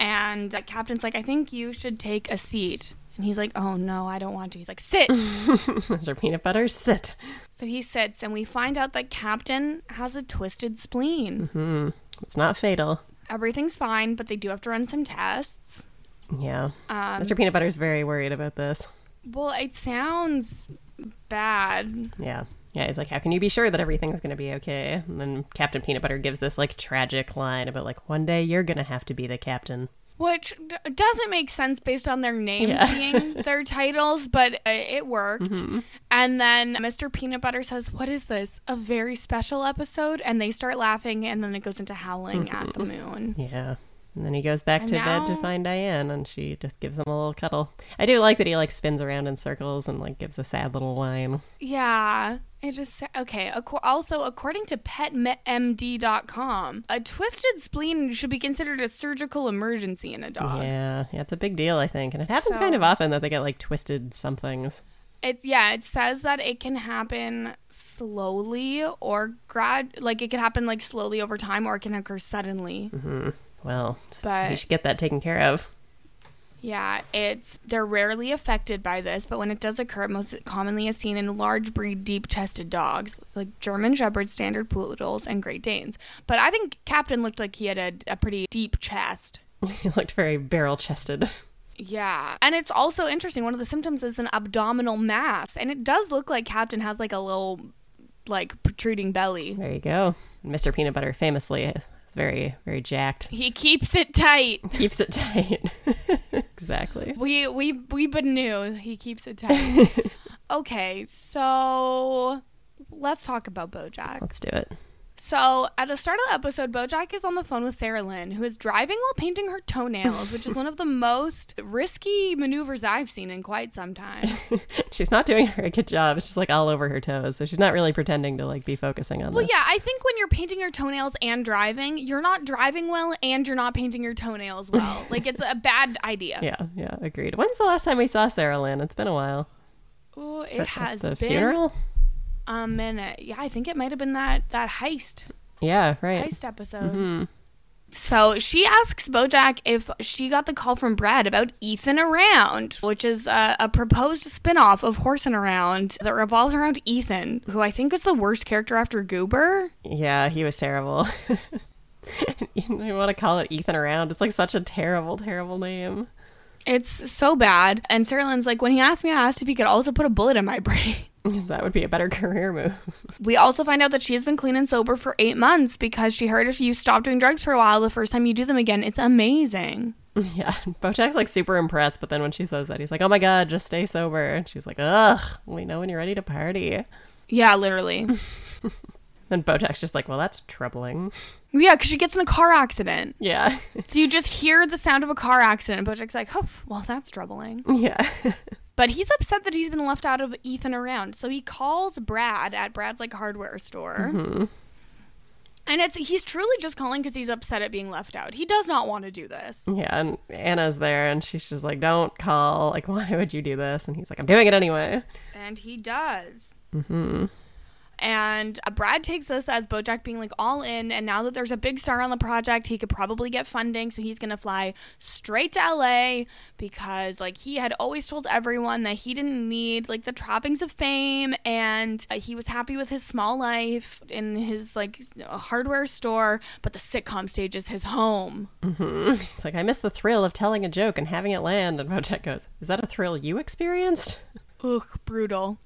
[SPEAKER 1] And uh, Captain's like, "I think you should take a seat." And he's like, "Oh no, I don't want to." He's like, "Sit."
[SPEAKER 2] Mr. Peanut Butter, sit.
[SPEAKER 1] so he sits and we find out that Captain has a twisted spleen.
[SPEAKER 2] Mm-hmm. Hmm. It's not fatal.
[SPEAKER 1] Everything's fine, but they do have to run some tests.
[SPEAKER 2] Yeah.
[SPEAKER 1] Um,
[SPEAKER 2] Mr. Peanut Butter's very worried about this.
[SPEAKER 1] well, it sounds bad.
[SPEAKER 2] Yeah. Yeah, he's like, how can you be sure that everything's going to be okay? And then Captain Peanut Butter gives this like tragic line about like, one day you're going to have to be the captain.
[SPEAKER 1] Which d- doesn't make sense based on their names
[SPEAKER 2] Yeah.
[SPEAKER 1] being their titles, but uh, it worked. And then Mr. Peanut Butter says, What is this? A very special episode? And they start laughing, and then it goes into howling at the moon.
[SPEAKER 2] Yeah. And then he goes back
[SPEAKER 1] And
[SPEAKER 2] to bed to
[SPEAKER 1] now-
[SPEAKER 2] find Diane and she just gives him a little cuddle. I do like that he like spins around in circles and like gives a sad little whine.
[SPEAKER 1] Yeah. It just, okay. Acor- also, according to PetMD.com, a twisted spleen should be considered a surgical emergency in a dog.
[SPEAKER 2] Yeah. Yeah, it's a big deal, I think. And it happens kind
[SPEAKER 1] So-
[SPEAKER 2] of often that they get like twisted somethings.
[SPEAKER 1] It's yeah, it says that it can happen slowly or grad like it can happen like slowly over time or it can occur suddenly.
[SPEAKER 2] Well, so we
[SPEAKER 1] But-
[SPEAKER 2] should get that taken care of. (laughs)
[SPEAKER 1] Yeah, it's they're rarely affected by this, but when it does occur, it most commonly is seen in large breed deep-chested dogs like German shepherds, standard poodles, and Great Danes. But I think Captain looked like he had a, a pretty deep chest.
[SPEAKER 2] he looked very barrel chested.
[SPEAKER 1] Yeah. And it's also interesting. One of the symptoms is an abdominal mass. And it does look like Captain has like a little, like, protruding belly.
[SPEAKER 2] There you go. Mr. Peanut Butter famously is very, very jacked.
[SPEAKER 1] He keeps it tight.
[SPEAKER 2] Keeps it (laughs) tight. exactly.
[SPEAKER 1] We we we but knew he keeps it tight. okay, so let's talk about Bojack.
[SPEAKER 2] Let's do it.
[SPEAKER 1] So at the start of the episode, Bojack is on the phone with Sarah Lynn, who is driving while painting her toenails, which is one of the most risky maneuvers I've seen in quite some time.
[SPEAKER 2] She's not doing a very good job. She's like all over her toes, so she's not really pretending to like be focusing on
[SPEAKER 1] Well,
[SPEAKER 2] this.
[SPEAKER 1] yeah, I think when you're painting your toenails and driving, you're not driving well and you're not painting your toenails well. like it's a bad idea.
[SPEAKER 2] (laughs) Yeah, yeah, agreed. When's the last time we saw Sarah Lynn? It's been a while.
[SPEAKER 1] Ooh, it
[SPEAKER 2] At
[SPEAKER 1] has
[SPEAKER 2] the
[SPEAKER 1] been
[SPEAKER 2] funeral.
[SPEAKER 1] a minute. Yeah, I think it might have been that that heist.
[SPEAKER 2] Yeah, right.
[SPEAKER 1] Heist episode. So she asks Bojack if she got the call from Brad about Ethan Around, which is a, a proposed spinoff of Horse and Around that revolves around Ethan, who I think is the worst character after Goober.
[SPEAKER 2] Yeah, he was terrible. (laughs) you know, you want to call it Ethan around? It's like such a terrible, terrible name.
[SPEAKER 1] It's so bad. And Sarah Lynn's like, when he asked me, I asked if he could also put a bullet in my (laughs) brain.
[SPEAKER 2] 'Cause that would be a better (laughs) career move.
[SPEAKER 1] We also find out that she has been clean and sober for eight months because she heard if you stop doing drugs for a while, the first time you do them again, it's amazing.
[SPEAKER 2] Yeah, Bojack's like super impressed, but then when she says that, he's like, "Oh my god, just stay sober." And she's like, "Ugh, we know when you're ready to party."
[SPEAKER 1] Yeah, literally.
[SPEAKER 2] Then Bojack's just like, "Well, that's troubling." (laughs)
[SPEAKER 1] yeah, because she gets in a car accident.
[SPEAKER 2] Yeah, (laughs)
[SPEAKER 1] So you just hear the sound of a car accident. and Bojack's like, oh, well, that's troubling.
[SPEAKER 2] yeah,
[SPEAKER 1] But he's upset that he's been left out of Ethan around. So he calls Brad at Brad's like hardware store. And it's he's truly just calling because he's upset at being left out. He does not want to do this.
[SPEAKER 2] yeah. And Anna's there, and she's just like, "Don't call. Like, (laughs) why would you do this?" And he's like, "I'm doing it anyway."
[SPEAKER 1] And he does. Mm-hmm. And uh, Brad takes this as Bojack being like all in. And now that there's a big star on the project, he could probably get funding. So he's going to fly straight to LA because, like, he had always told everyone that he didn't need, like, the trappings of fame. And uh, he was happy with his small life in his, like, hardware store. But the sitcom stage is his home.
[SPEAKER 2] (laughs) It's Mm-hmm. like, "I miss the thrill of telling a joke and having it land." And Bojack goes, "Is that a thrill you experienced?" (laughs)
[SPEAKER 1] Ugh, brutal.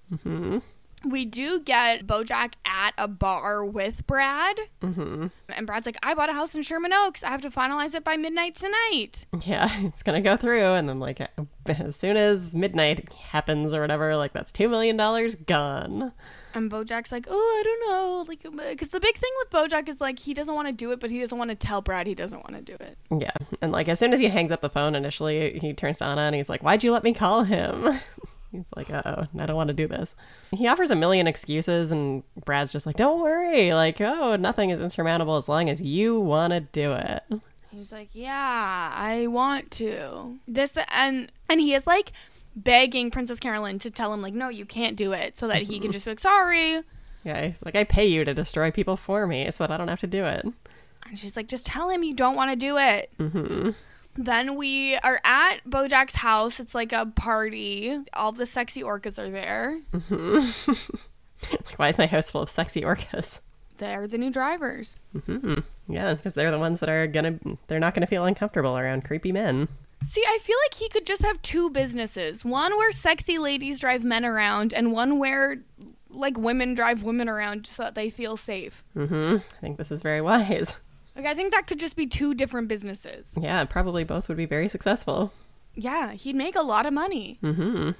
[SPEAKER 1] We do get Bojack at a bar with Brad. And Brad's like, I bought a house in Sherman Oaks. I have to finalize it by midnight tonight.
[SPEAKER 2] Yeah, (laughs) it's gonna go through, and then like, (laughs) as soon as midnight happens or whatever, like that's two million dollars gone.
[SPEAKER 1] And Bojack's like, oh, I don't know. Like, because the big thing with Bojack is like, he doesn't want to do it, but he doesn't want to tell Brad he doesn't want to do it.
[SPEAKER 2] Yeah. And like as soon as he hangs up the phone initially, he turns to Anna and he's like, Why'd you let me call him? (laughs) he's like, Uh oh, I don't want to do this. He offers a million excuses and Brad's just like, Don't worry, like, oh, nothing is insurmountable as long as you wanna do it.
[SPEAKER 1] He's like, yeah, I want to. This, and, and he is like, begging Princess Carolyn to tell him like, no, you can't do it, so that he can just be like, sorry.
[SPEAKER 2] Yeah, he's like, I pay you to destroy people for me so that I don't have to do it.
[SPEAKER 1] And she's like, just tell him you don't want to do it.
[SPEAKER 2] hmm
[SPEAKER 1] Then we are at Bojack's house. It's like a party. All the sexy orcas are there.
[SPEAKER 2] hmm like, why is my house full of sexy orcas?
[SPEAKER 1] They're the new drivers.
[SPEAKER 2] hmm Yeah, because they're the ones that are gonna, they're not gonna feel uncomfortable around creepy men.
[SPEAKER 1] See, I feel like he could just have two businesses one where sexy ladies drive men around, and one where like women drive women around so that they feel safe.
[SPEAKER 2] hmm I think this is very (laughs) wise.
[SPEAKER 1] Like, I think that could just be two different businesses.
[SPEAKER 2] Yeah, probably both would be very successful.
[SPEAKER 1] Yeah, he'd make a lot of money.
[SPEAKER 2] hmm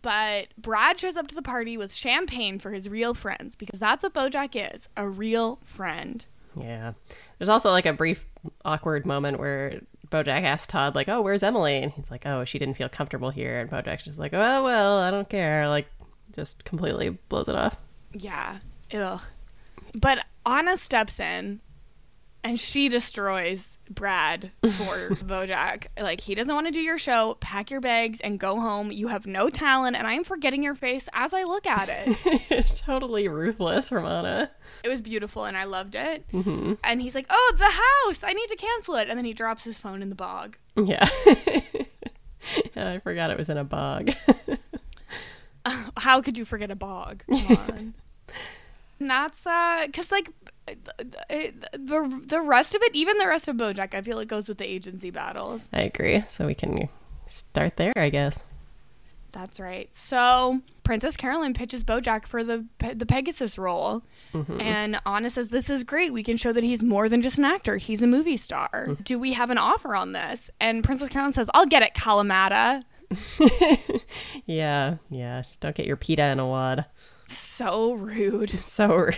[SPEAKER 1] But Brad shows up to the party with champagne for his real friends because that's what Bojack is a real friend.
[SPEAKER 2] Yeah. There's also like a brief awkward moment where Bojack asks Todd, like, oh, where's Emily? And he's like, oh, she didn't feel comfortable here. And Bojack's just like, oh, well, I don't care. Like, just completely blows it off. (laughs)
[SPEAKER 1] Yeah. Ugh. But Anna steps in and she destroys Brad for Bojack. Like, he doesn't want to do your show. Pack your bags and go home. You have no talent, and I am forgetting your face as I look at
[SPEAKER 2] (laughs)
[SPEAKER 1] it.
[SPEAKER 2] totally ruthless, Romana.
[SPEAKER 1] it was beautiful and I loved it.
[SPEAKER 2] hmm
[SPEAKER 1] And he's like, Oh, the house. I need to cancel it. And then he drops his phone in the bog.
[SPEAKER 2] Yeah. (laughs) yeah. I forgot it was in a bog. (laughs)
[SPEAKER 1] How could you forget a bog? Come on. And that's uh, cause like th- th- the the rest of it, even the rest of BoJack, I feel it goes with the agency battles.
[SPEAKER 2] I agree. So we can start there, I guess.
[SPEAKER 1] That's right. So Princess Carolyn pitches BoJack for the Pe- the Pegasus role, and Anna says this is great. We can show that he's more than just an actor. He's a movie star. Do we have an offer on this? And Princess Carolyn says, "I'll get it, Kalamata."
[SPEAKER 2] Yeah. Yeah. Just don't get your pita in a wad.
[SPEAKER 1] So rude.
[SPEAKER 2] so (laughs) rude.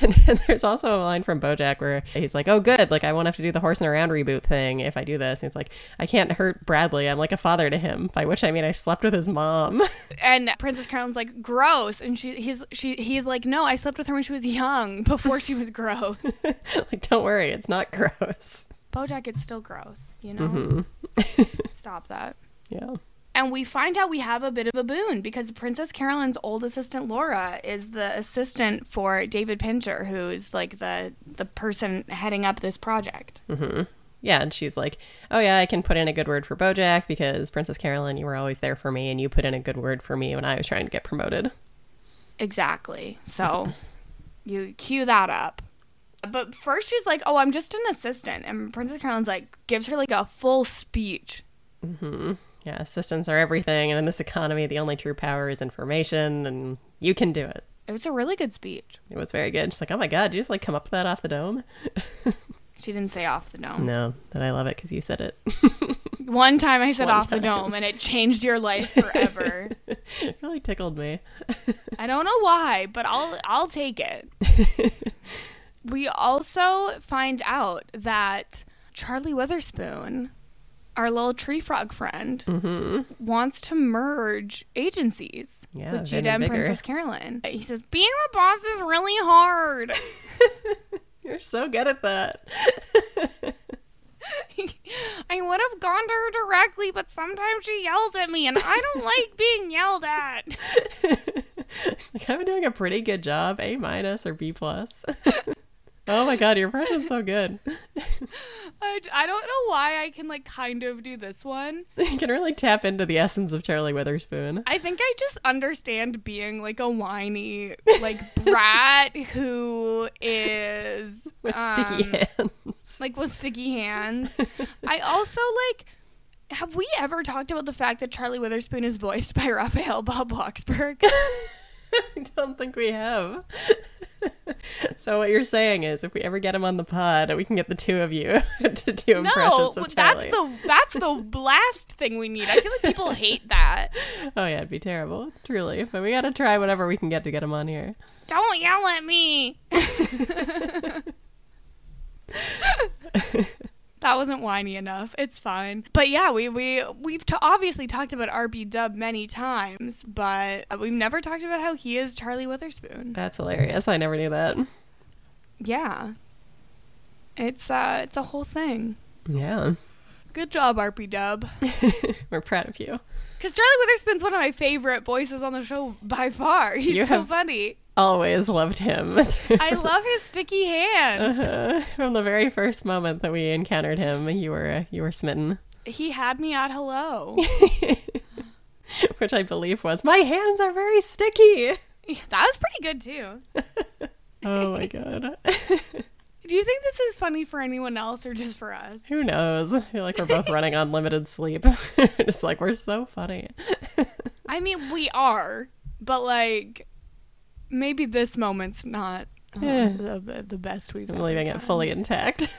[SPEAKER 2] And, then there's also a line from Bojack where he's like, "Oh, good. Like I won't have to do the horse and around reboot thing if I do this." And he's like, "I can't hurt Bradley. I'm like a father to him." By which I mean I slept with his mom. (laughs)
[SPEAKER 1] And Princess Carolyn's like, "Gross," and she he's she he's like, "No, I slept with her when she was young, (laughs) before she was gross." (laughs)
[SPEAKER 2] like, don't worry, it's not (laughs) gross.
[SPEAKER 1] BoJack, it's still gross. You know, stop that.
[SPEAKER 2] Yeah.
[SPEAKER 1] And we find out we have a bit of a boon because Princess Carolyn's old assistant Laura is the assistant for David Pincher, who's like the the person heading up this project.
[SPEAKER 2] mm-hmm. Yeah, and she's like, "Oh yeah, I can put in a good word for Bojack because Princess Carolyn, you were always there for me, and you put in a good word for me when I was trying to get promoted."
[SPEAKER 1] Exactly. So you cue that up. But first she's like, "Oh, I'm just an assistant," and Princess Carolyn's like gives her like a full speech.
[SPEAKER 2] Yeah, assistants are everything, and in this economy, the only true power is information, and you can do it.
[SPEAKER 1] It was a really good speech.
[SPEAKER 2] It was very good. She's like, oh my god, did you just like come up with that off the dome? (laughs)
[SPEAKER 1] She didn't say off the dome.
[SPEAKER 2] No, that I love it because you said it. (laughs)
[SPEAKER 1] One time I said
[SPEAKER 2] One
[SPEAKER 1] off the
[SPEAKER 2] time.
[SPEAKER 1] dome, and it changed your
[SPEAKER 2] (laughs)
[SPEAKER 1] life forever.
[SPEAKER 2] it really tickled me.
[SPEAKER 1] I don't know why, but I'll I'll take it.
[SPEAKER 2] (laughs)
[SPEAKER 1] we also find out that Charlie Witherspoon, our little tree frog friend,
[SPEAKER 2] Mm.
[SPEAKER 1] Mm-hmm. wants to merge agencies
[SPEAKER 2] Yeah,
[SPEAKER 1] with
[SPEAKER 2] Vin
[SPEAKER 1] Judah and
[SPEAKER 2] Vigor.
[SPEAKER 1] Princess Carolyn. He says being a boss is really hard.
[SPEAKER 2] You're so good at that. (laughs)
[SPEAKER 1] (laughs) I would have gone to her directly, but sometimes she yells at me, and I don't (laughs) like being yelled at.
[SPEAKER 2] like I've been doing a pretty good job, A minus or B plus. (laughs) oh my god, your impression's so good. (laughs)
[SPEAKER 1] I, I don't know why I can like kind of do this one.
[SPEAKER 2] you can really tap into the essence of Charlie Witherspoon.
[SPEAKER 1] I think I just understand being like a whiny (laughs) like brat who is
[SPEAKER 2] With
[SPEAKER 1] um,
[SPEAKER 2] sticky (laughs) hands.
[SPEAKER 1] like with sticky hands. I also like have we ever talked about the fact that Charlie Witherspoon is voiced by Raphael Bob Waksberg?
[SPEAKER 2] (laughs) I don't think we have. (laughs) so what you're saying is, if we ever get him on the pod, we can get the two of you (laughs) to do
[SPEAKER 1] no,
[SPEAKER 2] impressions of
[SPEAKER 1] that's
[SPEAKER 2] Charlie.
[SPEAKER 1] the that's the last thing we need. I feel like people hate that.
[SPEAKER 2] (laughs) Oh yeah, it'd be terrible, truly. But we gotta try whatever we can get to get him on
[SPEAKER 1] (laughs)
[SPEAKER 2] here.
[SPEAKER 1] Don't yell at
[SPEAKER 2] (laughs)
[SPEAKER 1] me. that wasn't whiny enough. It's fine. But yeah, we we we've t- obviously talked about RB Dub many times, but we've never talked about how he is Charlie Witherspoon.
[SPEAKER 2] That's hilarious. I never knew that.
[SPEAKER 1] Yeah. It's uh it's a whole thing.
[SPEAKER 2] Yeah, (laughs)
[SPEAKER 1] Good job, RB Dub.
[SPEAKER 2] we're proud of you.
[SPEAKER 1] Because Charlie Witherspoon's one of my favorite voices on the show by far. He's
[SPEAKER 2] You
[SPEAKER 1] so
[SPEAKER 2] have-
[SPEAKER 1] funny.
[SPEAKER 2] Always loved him. (laughs)
[SPEAKER 1] I love his sticky hands.
[SPEAKER 2] Uh, from the very first moment that we encountered him, you were uh, you were smitten, (laughs)
[SPEAKER 1] He had me at hello.
[SPEAKER 2] which I believe was my hands are
[SPEAKER 1] (laughs)
[SPEAKER 2] very sticky.
[SPEAKER 1] that was pretty good too.
[SPEAKER 2] Oh my god. (laughs)
[SPEAKER 1] Do you think this is funny for anyone else or just for us?
[SPEAKER 2] Who knows? I feel like we're both running on limited sleep. (laughs) Just like we're so funny.
[SPEAKER 1] I mean, we are, but like, maybe this moment's not uh,
[SPEAKER 2] Yeah.
[SPEAKER 1] the, the best we've.
[SPEAKER 2] I'm
[SPEAKER 1] ever
[SPEAKER 2] leaving it
[SPEAKER 1] done.
[SPEAKER 2] fully intact. (laughs)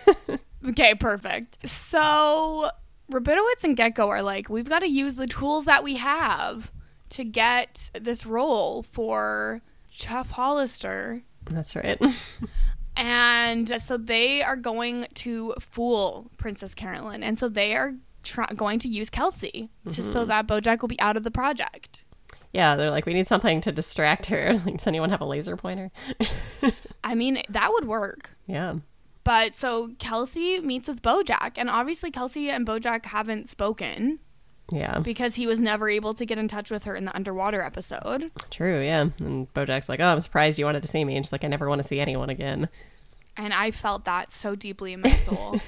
[SPEAKER 1] Okay, perfect. So Rabinowitz and Gecko are like, we've got to use the tools that we have to get this role for Chuff Hollister.
[SPEAKER 2] That's right.
[SPEAKER 1] And so they are going to fool Princess Carolyn. And so they are try- going to use Kelsey to, so that Bojack will be out of the project.
[SPEAKER 2] Yeah, they're like, we need something to distract her. (laughs) Like, does anyone have a laser pointer? (laughs)
[SPEAKER 1] I mean, that would work.
[SPEAKER 2] yeah.
[SPEAKER 1] But so Kelsey meets with Bojack. And obviously, Kelsey and Bojack haven't spoken.
[SPEAKER 2] Yeah.
[SPEAKER 1] because he was never able to get in touch with her in the underwater episode.
[SPEAKER 2] True, yeah. And Bojack's like, Oh, I'm surprised you wanted to see me and she's like, I never want to see anyone again.
[SPEAKER 1] And I felt that so deeply in my soul.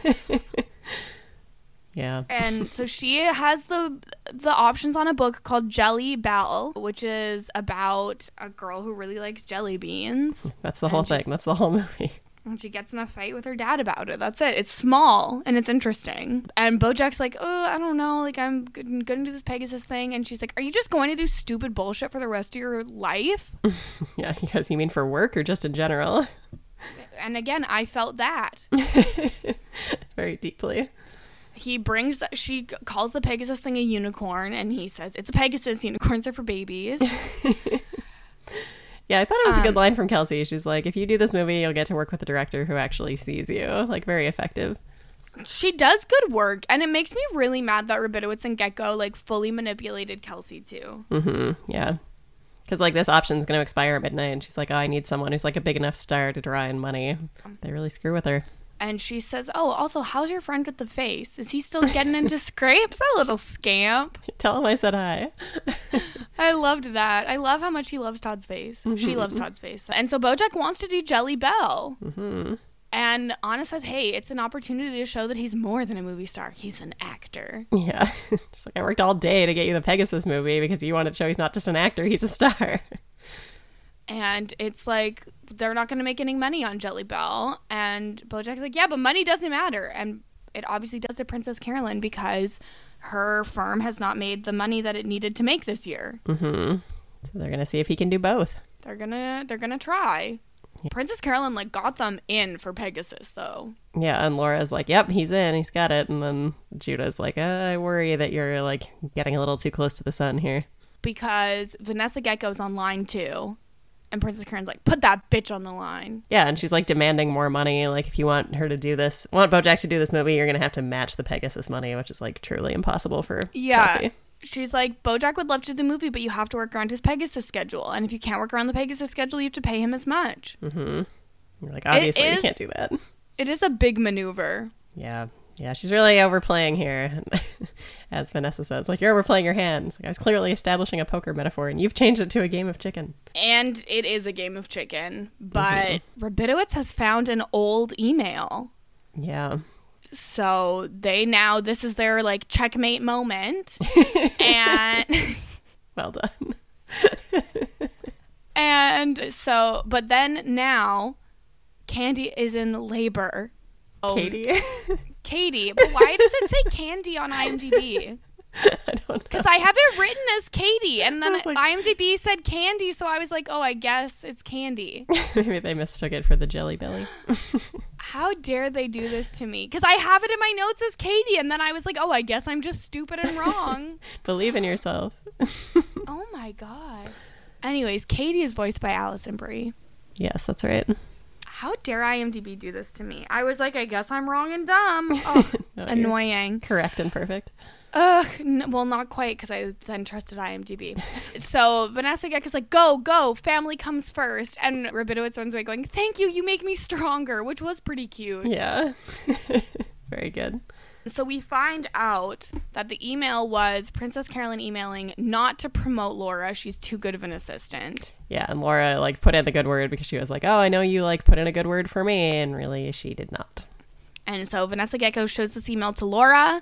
[SPEAKER 2] Yeah.
[SPEAKER 1] and so she has the the options on a book called Jelly Bell, which is about a girl who really likes jelly beans.
[SPEAKER 2] That's the whole
[SPEAKER 1] and she-
[SPEAKER 2] thing. That's the whole (laughs) movie.
[SPEAKER 1] And she gets in a fight with her dad about it. That's it. It's small and it's interesting. And Bojack's like, oh, I don't know. Like, I'm g- gonna do this Pegasus thing. And she's like, are you just going to do stupid bullshit for the rest of your life?
[SPEAKER 2] Yeah, because you mean for work or just in general? (laughs)
[SPEAKER 1] and again, I felt that.
[SPEAKER 2] Very deeply.
[SPEAKER 1] he brings she calls the pegasus thing a unicorn and he says it's a pegasus unicorns are for babies
[SPEAKER 2] Yeah, I thought it was a
[SPEAKER 1] Um,
[SPEAKER 2] good line from Kelsey. She's like, if you do this movie, you'll get to work with a director who actually sees you. Like, very effective.
[SPEAKER 1] she does good work and it makes me really mad that rabinowitz and gecko like fully manipulated kelsey too
[SPEAKER 2] Mm-hmm. Yeah. Because, like, this option's going to expire at midnight. And she's like, oh, I need someone who's, like, a big enough star to draw in money. They really screw with her. (laughs)
[SPEAKER 1] and she says oh also how's your friend with the face is he still getting into scrapes that little scamp
[SPEAKER 2] Tell him I said hi.
[SPEAKER 1] i loved that i love how much he loves todd's face she loves todd's face and so bojack wants to do jelly bell
[SPEAKER 2] Mm-hmm.
[SPEAKER 1] and anna says hey it's an opportunity to show that he's more than a movie star he's an actor
[SPEAKER 2] (laughs) Yeah. (laughs) she's like, I worked all day to get you the Pegasus movie because you wanted to show he's not just an actor, he's a star. (laughs)
[SPEAKER 1] and it's like they're not going to make any money on Jelly Bell. And Bojack's like, yeah, but money doesn't matter. And it obviously does to Princess Carolyn because her firm has not made the money that it needed to make this year.
[SPEAKER 2] mm-hmm. So they're going to see if he can do both.
[SPEAKER 1] They're gonna they're gonna try. Princess Carolyn like got them in for Pegasus though.
[SPEAKER 2] Yeah, and Laura's like, "Yep, he's in. He's got it." And then Judah's like, uh, "I worry that you're like getting a little too close to the sun here."
[SPEAKER 1] Because Vanessa Gecko's on line too. And Princess Karen's like, put that bitch on the line.
[SPEAKER 2] Yeah, and she's like demanding more money. Like, if you want her to do this, want BoJack to do this movie, you're gonna have to match the Pegasus money, which is like truly impossible for
[SPEAKER 1] Yeah.
[SPEAKER 2] Kelsey.
[SPEAKER 1] She's like, Bojack would love to do the movie, but you have to work around his Pegasus schedule. And if you can't work around the Pegasus schedule, you have to pay him as much.
[SPEAKER 2] Hmm. Mm-hmm. You're like, obviously,
[SPEAKER 1] is-
[SPEAKER 2] you can't do that.
[SPEAKER 1] It is a big maneuver.
[SPEAKER 2] Yeah, yeah, she's really overplaying here, (laughs) as Vanessa says. Like, you're overplaying your hand. It's like, I was clearly establishing a poker metaphor, and you've changed it to a game of chicken.
[SPEAKER 1] And it is a game of chicken. But Rabinowitz has found an old email.
[SPEAKER 2] Yeah,
[SPEAKER 1] So they now, this is their like checkmate moment. and.
[SPEAKER 2] well done.
[SPEAKER 1] And so, but then now, Candy is in labor. (laughs) Oh,
[SPEAKER 2] Katie, (laughs)
[SPEAKER 1] Katie. But why does it say Candy on IMDb?
[SPEAKER 2] I don't know. (laughs)
[SPEAKER 1] Because I have it written as Katie, and
[SPEAKER 2] I
[SPEAKER 1] then
[SPEAKER 2] was like-
[SPEAKER 1] IMDb said Candy, so I was like, oh, I guess it's Candy.
[SPEAKER 2] Maybe they mistook it for the Jelly Belly. (laughs)
[SPEAKER 1] How dare they do this to me? Because I have it in my notes as Katie, and then I was like, oh, I guess I'm just stupid and
[SPEAKER 2] (laughs)
[SPEAKER 1] wrong.
[SPEAKER 2] Believe in yourself.
[SPEAKER 1] (laughs) oh my god. Anyways, Katie is voiced by Allison Brie.
[SPEAKER 2] yes, that's right.
[SPEAKER 1] How dare IMDb do this to me? I was like, I guess I'm wrong and
[SPEAKER 2] (laughs)
[SPEAKER 1] dumb. Ugh,
[SPEAKER 2] No, you're
[SPEAKER 1] annoying.
[SPEAKER 2] Correct and perfect.
[SPEAKER 1] Ugh, n- well, not quite, because I then trusted IMDb. so Vanessa Geck is like, go, go, family comes first. And Rabinowitz runs away
[SPEAKER 2] (laughs)
[SPEAKER 1] going, thank you, you make me stronger, which was pretty cute.
[SPEAKER 2] Yeah. Very good.
[SPEAKER 1] So we find out that the email was Princess Carolyn emailing not to promote Laura. She's too good of an assistant.
[SPEAKER 2] Yeah, and Laura like put in the good word because she was like, "Oh, I know you like put in a good word for me," and really she did not.
[SPEAKER 1] And so Vanessa Gecko shows this email to Laura.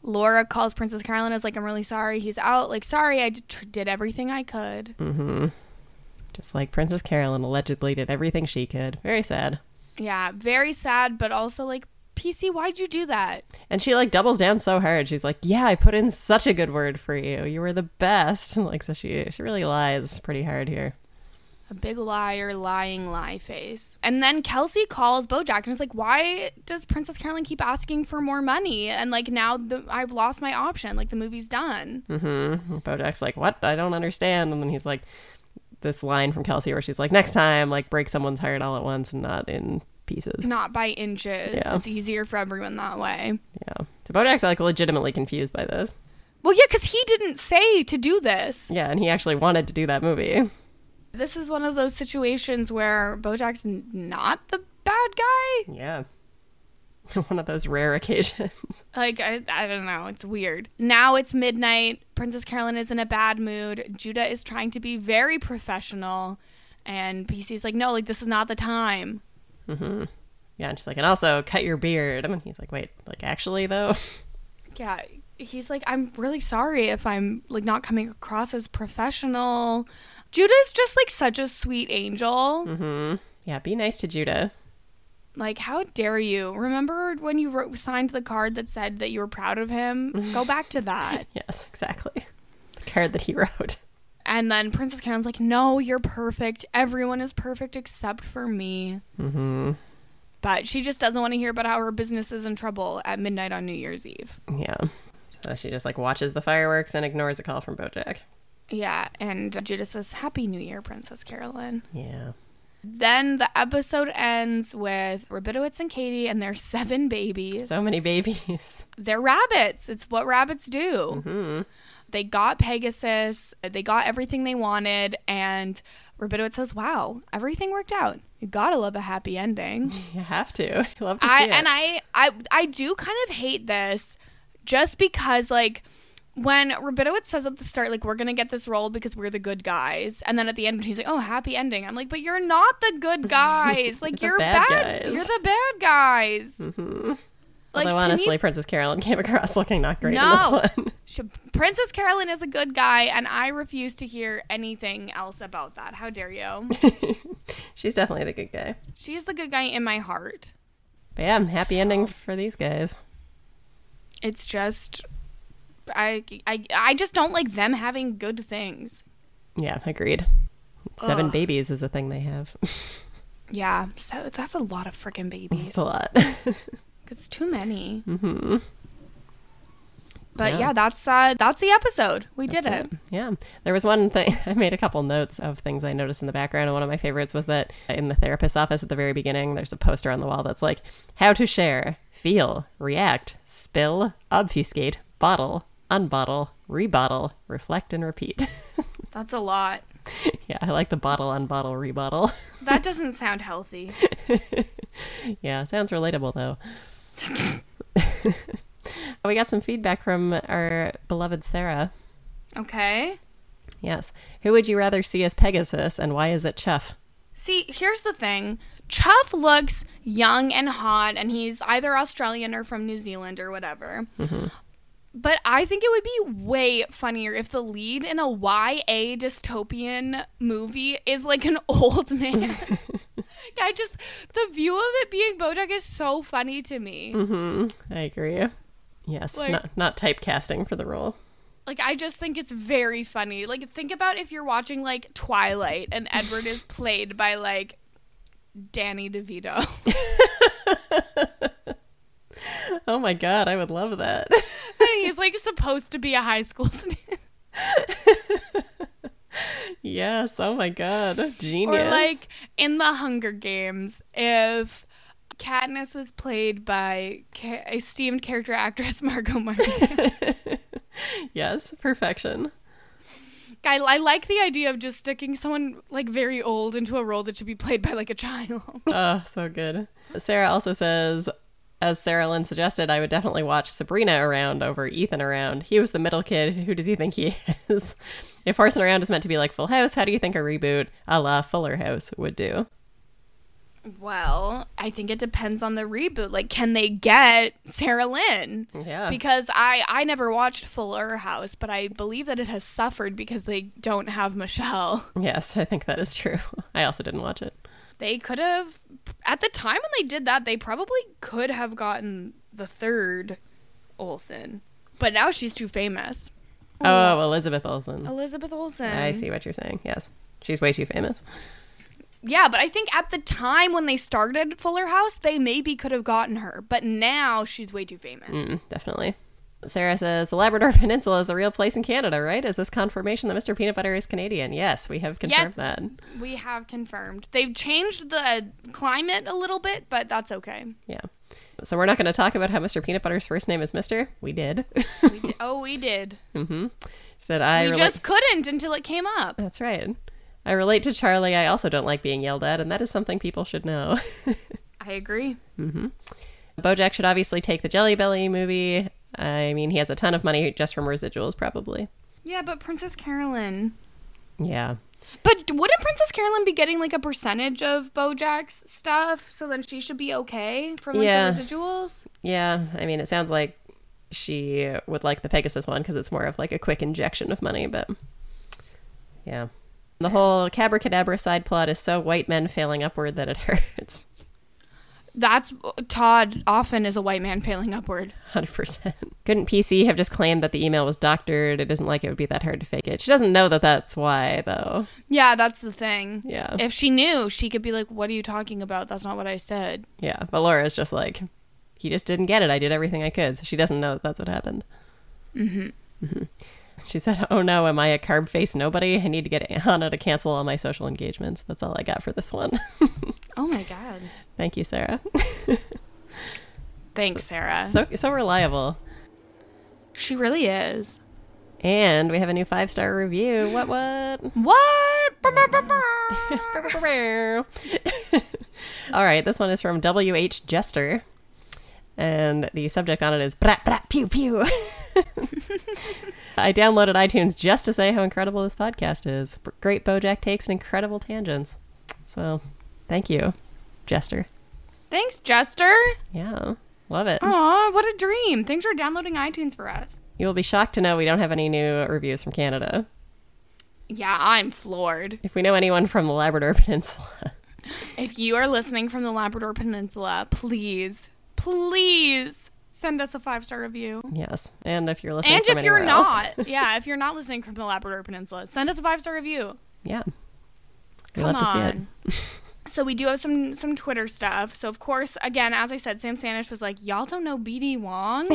[SPEAKER 1] Laura calls Princess Carolyn is like, I'm really sorry. He's out. Like, sorry, I d- tr- did everything I could.
[SPEAKER 2] Mm-hmm. Just like Princess Carolyn allegedly did everything she could. Very sad.
[SPEAKER 1] Yeah, very sad, but also like, PC, why'd you do that?
[SPEAKER 2] And she like doubles down so hard. She's like, "Yeah, I put in such a good word for you. You were the best." (laughs) And like so she she really lies pretty hard here.
[SPEAKER 1] A big liar, lying lie face. And then Kelsey calls Bojack and is like, "Why does Princess Carolyn keep asking for more money?" And like now, the, I've lost my option. Like the movie's done.
[SPEAKER 2] Mm-hmm. Bojack's like, "What? I don't understand." And then he's like, this line from Kelsey where she's like, "Next time, like break someone's heart all at once and not in pieces."
[SPEAKER 1] Not by inches.
[SPEAKER 2] Yeah.
[SPEAKER 1] It's easier for everyone that way.
[SPEAKER 2] Yeah. So Bojack's like legitimately confused by this.
[SPEAKER 1] Well, yeah, because he didn't say to do this.
[SPEAKER 2] Yeah, and he actually wanted to do that movie.
[SPEAKER 1] This is one of those situations where Bojack's n- not the bad guy.
[SPEAKER 2] Yeah. (laughs) One of those
[SPEAKER 1] (laughs)
[SPEAKER 2] rare occasions.
[SPEAKER 1] Like, I, I don't know. It's weird. Now it's midnight. Princess Carolyn is in a bad mood. Judah is trying to be very professional. And PC's like, no, like, this is not the time. Mm-hmm.
[SPEAKER 2] Yeah, and she's like, and also cut your beard. And then he's like, wait, like actually though?
[SPEAKER 1] (laughs) Yeah. He's like, I'm really sorry if I'm, like, not coming across as professional. Judah's just, like, such a sweet angel.
[SPEAKER 2] Mm-hmm. Yeah, be nice to Judah.
[SPEAKER 1] Like, how dare you? Remember when you wrote, signed the card that said that you were proud of him? Go back to that.
[SPEAKER 2] Yes, (laughs) exactly. The card that he wrote.
[SPEAKER 1] And then Princess Karen's like, No, you're perfect. Everyone is perfect except for me.
[SPEAKER 2] Mm-hmm.
[SPEAKER 1] But she just doesn't want to hear about how her business is in trouble at midnight on New Year's Eve.
[SPEAKER 2] Yeah. So she just like watches the fireworks and ignores a call from Bojack.
[SPEAKER 1] Yeah, and Judas says, Happy New Year, Princess Carolyn.
[SPEAKER 2] Yeah.
[SPEAKER 1] Then the episode ends with Rabinowitz and Katie and their seven babies.
[SPEAKER 2] So many babies. (laughs)
[SPEAKER 1] They're rabbits. It's what rabbits do.
[SPEAKER 2] Hmm.
[SPEAKER 1] they got Pegasus, they got everything they wanted, and Rabinowitz says, "Wow, everything worked out. You gotta love a happy ending."
[SPEAKER 2] You have to. (laughs) I love to see
[SPEAKER 1] I
[SPEAKER 2] it.
[SPEAKER 1] and I, I I do kind of hate this, just because like when Rabinowitz says at the start, like we're gonna get this role because we're the good guys, and then at the end when he's like, "Oh, happy ending," I'm like, "But you're not the
[SPEAKER 2] (laughs)
[SPEAKER 1] good guys. Like
[SPEAKER 2] The
[SPEAKER 1] you're
[SPEAKER 2] bad
[SPEAKER 1] bad.
[SPEAKER 2] guys."
[SPEAKER 1] You're the bad guys."
[SPEAKER 2] Mhm.
[SPEAKER 1] Like
[SPEAKER 2] Although
[SPEAKER 1] to me,
[SPEAKER 2] honestly, Princess Carolyn came across looking not great
[SPEAKER 1] No.
[SPEAKER 2] in this (laughs) one.
[SPEAKER 1] Sh- Princess Carolyn is a good guy, and I refuse to hear anything else about that. How dare
[SPEAKER 2] (laughs)
[SPEAKER 1] you?
[SPEAKER 2] She's definitely the good guy.
[SPEAKER 1] She's the good guy in my heart.
[SPEAKER 2] But yeah, happy ending for these guys.
[SPEAKER 1] It's just, I, I, I just don't like them having good things.
[SPEAKER 2] Yeah, agreed. Seven
[SPEAKER 1] Ugh.
[SPEAKER 2] babies is a thing they have. (laughs)
[SPEAKER 1] Yeah, so that's a lot of freaking
[SPEAKER 2] It's
[SPEAKER 1] babies.
[SPEAKER 2] a lot. (laughs)
[SPEAKER 1] It's too many.
[SPEAKER 2] hmm
[SPEAKER 1] But
[SPEAKER 2] Yeah.
[SPEAKER 1] yeah, that's uh, that's the episode. We did it.
[SPEAKER 2] Yeah. There was one thing, (laughs) I made a couple notes of things I noticed in the background. And one of my favorites was that in the therapist's office at the very beginning, there's a poster on the wall that's like, how to share, feel, react, spill, obfuscate, bottle, unbottle, rebottle, reflect, and repeat. (laughs)
[SPEAKER 1] That's a lot.
[SPEAKER 2] yeah, I like the bottle, unbottle, rebottle. (laughs)
[SPEAKER 1] That doesn't sound healthy.
[SPEAKER 2] Yeah, sounds relatable though.
[SPEAKER 1] (laughs)
[SPEAKER 2] we got some feedback from our beloved Sarah.
[SPEAKER 1] Okay.
[SPEAKER 2] Yes. Who would you rather see as Pegasus and why is it Chuff?
[SPEAKER 1] See, here's the thing. Chuff looks young and hot, and he's either Australian or from New Zealand or whatever. But I think it would be way funnier if the lead in a YA dystopian movie is like an (laughs) old man. I just, the view of it being Bojack is so funny to me.
[SPEAKER 2] Mm-hmm. Hmm, I agree. Yes,
[SPEAKER 1] Like-
[SPEAKER 2] not not typecasting for the role.
[SPEAKER 1] Like, I just think it's very funny. Like, think about if you're watching like Twilight and Edward is played by like Danny DeVito. (laughs)
[SPEAKER 2] Oh my god, I would love that. (laughs)
[SPEAKER 1] and he's like supposed to be a high school (laughs) student.
[SPEAKER 2] yes, oh my god.
[SPEAKER 1] Or
[SPEAKER 2] Genius.
[SPEAKER 1] like in the Hunger Games, if Katniss was played by ca- esteemed character actress (laughs) Margot Martin.
[SPEAKER 2] Yes, perfection.
[SPEAKER 1] I, I like the idea of just sticking someone like very (laughs)
[SPEAKER 2] Ah,
[SPEAKER 1] old into a role that should be played by like a child.
[SPEAKER 2] Oh, so good. Sarah also says as Sarah Lynn suggested, I would definitely watch Sabrina around over Ethan around. He was the middle kid. Who does he think he (laughs) is? If Horsing Around is meant to be like Full House, how do you think a reboot a la Fuller House would do?
[SPEAKER 1] Well, I think it depends on the reboot. Like, can they get Sarah Lynn?
[SPEAKER 2] Yeah.
[SPEAKER 1] Because I I never watched Fuller House, but I believe that it has suffered because they don't have Michelle.
[SPEAKER 2] yes, I think that is true. (laughs) I also didn't watch it.
[SPEAKER 1] They could have at the time when they did that, they probably could have gotten the third Olsen. But now she's too famous.
[SPEAKER 2] Oh, Elizabeth Olsen.
[SPEAKER 1] Elizabeth Olsen.
[SPEAKER 2] I see what you're saying. Yes. She's way too famous.
[SPEAKER 1] Yeah, but I think at the time when they started Fuller House, they maybe could have gotten her, but now she's way too famous.
[SPEAKER 2] Mm, definitely. Sarah says the Labrador (laughs) Peninsula is a real place in Canada, right? Is this confirmation that Mr. Peanut Butter is Canadian? Yes, we have confirmed
[SPEAKER 1] Yes.
[SPEAKER 2] that.
[SPEAKER 1] We have confirmed. They've changed the climate a little bit, but that's okay.
[SPEAKER 2] Yeah. So we're not going to talk about how Mr. Peanut Butter's first name is Mr. We did. (laughs)
[SPEAKER 1] We did, oh, we did.
[SPEAKER 2] hmm Said I.
[SPEAKER 1] We
[SPEAKER 2] rela-
[SPEAKER 1] just couldn't until it came up.
[SPEAKER 2] (laughs) That's right. I relate to Charlie. I also don't like being yelled at, and that is something people should know. (laughs) Mm-hmm.
[SPEAKER 1] I agree.
[SPEAKER 2] Bojack should obviously take the Jelly Belly movie. I mean, he has a ton of money just from residuals, probably.
[SPEAKER 1] Yeah, but Princess Carolyn.
[SPEAKER 2] Yeah.
[SPEAKER 1] But wouldn't Princess Carolyn be getting like a percentage of Bojack's stuff? So then she should be okay from like
[SPEAKER 2] Yeah.
[SPEAKER 1] the residuals.
[SPEAKER 2] Yeah. I mean, it sounds like she would like the Pegasus one because it's more of like a quick injection of money, but yeah. The whole Cabracadabra side plot is so white men failing upward that it (laughs) hurts.
[SPEAKER 1] That's uh, Todd. Often is a white man failing upward.
[SPEAKER 2] 100%. Couldn't PC have just claimed that the email was doctored? It isn't like it would be that hard to fake it. She doesn't know that that's why, though.
[SPEAKER 1] Yeah, that's the thing.
[SPEAKER 2] Yeah.
[SPEAKER 1] If she knew, she could be like, "What are you talking about? That's not what I said."
[SPEAKER 2] Yeah. But Laura's just like, he just didn't get it. I did everything I could. So she doesn't know that that's what happened. Mm-hmm. She said, Oh no, am I a carb face nobody? I need to get Anna to cancel all my social engagements. That's all I got for this one. (laughs)
[SPEAKER 1] Oh my god.
[SPEAKER 2] Thank you, Sarah.
[SPEAKER 1] Thanks, Sarah.
[SPEAKER 2] so, so reliable.
[SPEAKER 1] she really is.
[SPEAKER 2] And we have a new five star review. What, what?
[SPEAKER 1] What? Brr, brr, brr, brr.
[SPEAKER 2] (laughs) All right, this one is from WH Jester. And the subject on it is brat brat pew pew. (laughs) I downloaded iTunes just to say how incredible this podcast is. Great Bojack takes and incredible tangents. So, thank you, Jester.
[SPEAKER 1] Thanks, Jester.
[SPEAKER 2] Yeah, love it.
[SPEAKER 1] Aw, what a dream. Thanks for downloading iTunes for us.
[SPEAKER 2] You will be shocked to know we don't have any new reviews from Canada.
[SPEAKER 1] Yeah, I'm floored.
[SPEAKER 2] If we know anyone from the Labrador (laughs) Peninsula,
[SPEAKER 1] If you are listening from the Labrador Peninsula, please, please send us a five star review.
[SPEAKER 2] yes. And if you're listening,
[SPEAKER 1] And
[SPEAKER 2] from
[SPEAKER 1] if you're
[SPEAKER 2] anywhere else,
[SPEAKER 1] not, yeah, if you're not listening from the Labrador Peninsula, send us a five star review.
[SPEAKER 2] yeah, we
[SPEAKER 1] Come
[SPEAKER 2] love to see it.
[SPEAKER 1] on. (laughs) so we do have some some Twitter stuff. So of course, again, as I said, Sam Stanish was like, "Y'all don't know BD
[SPEAKER 2] (laughs)
[SPEAKER 1] Wong."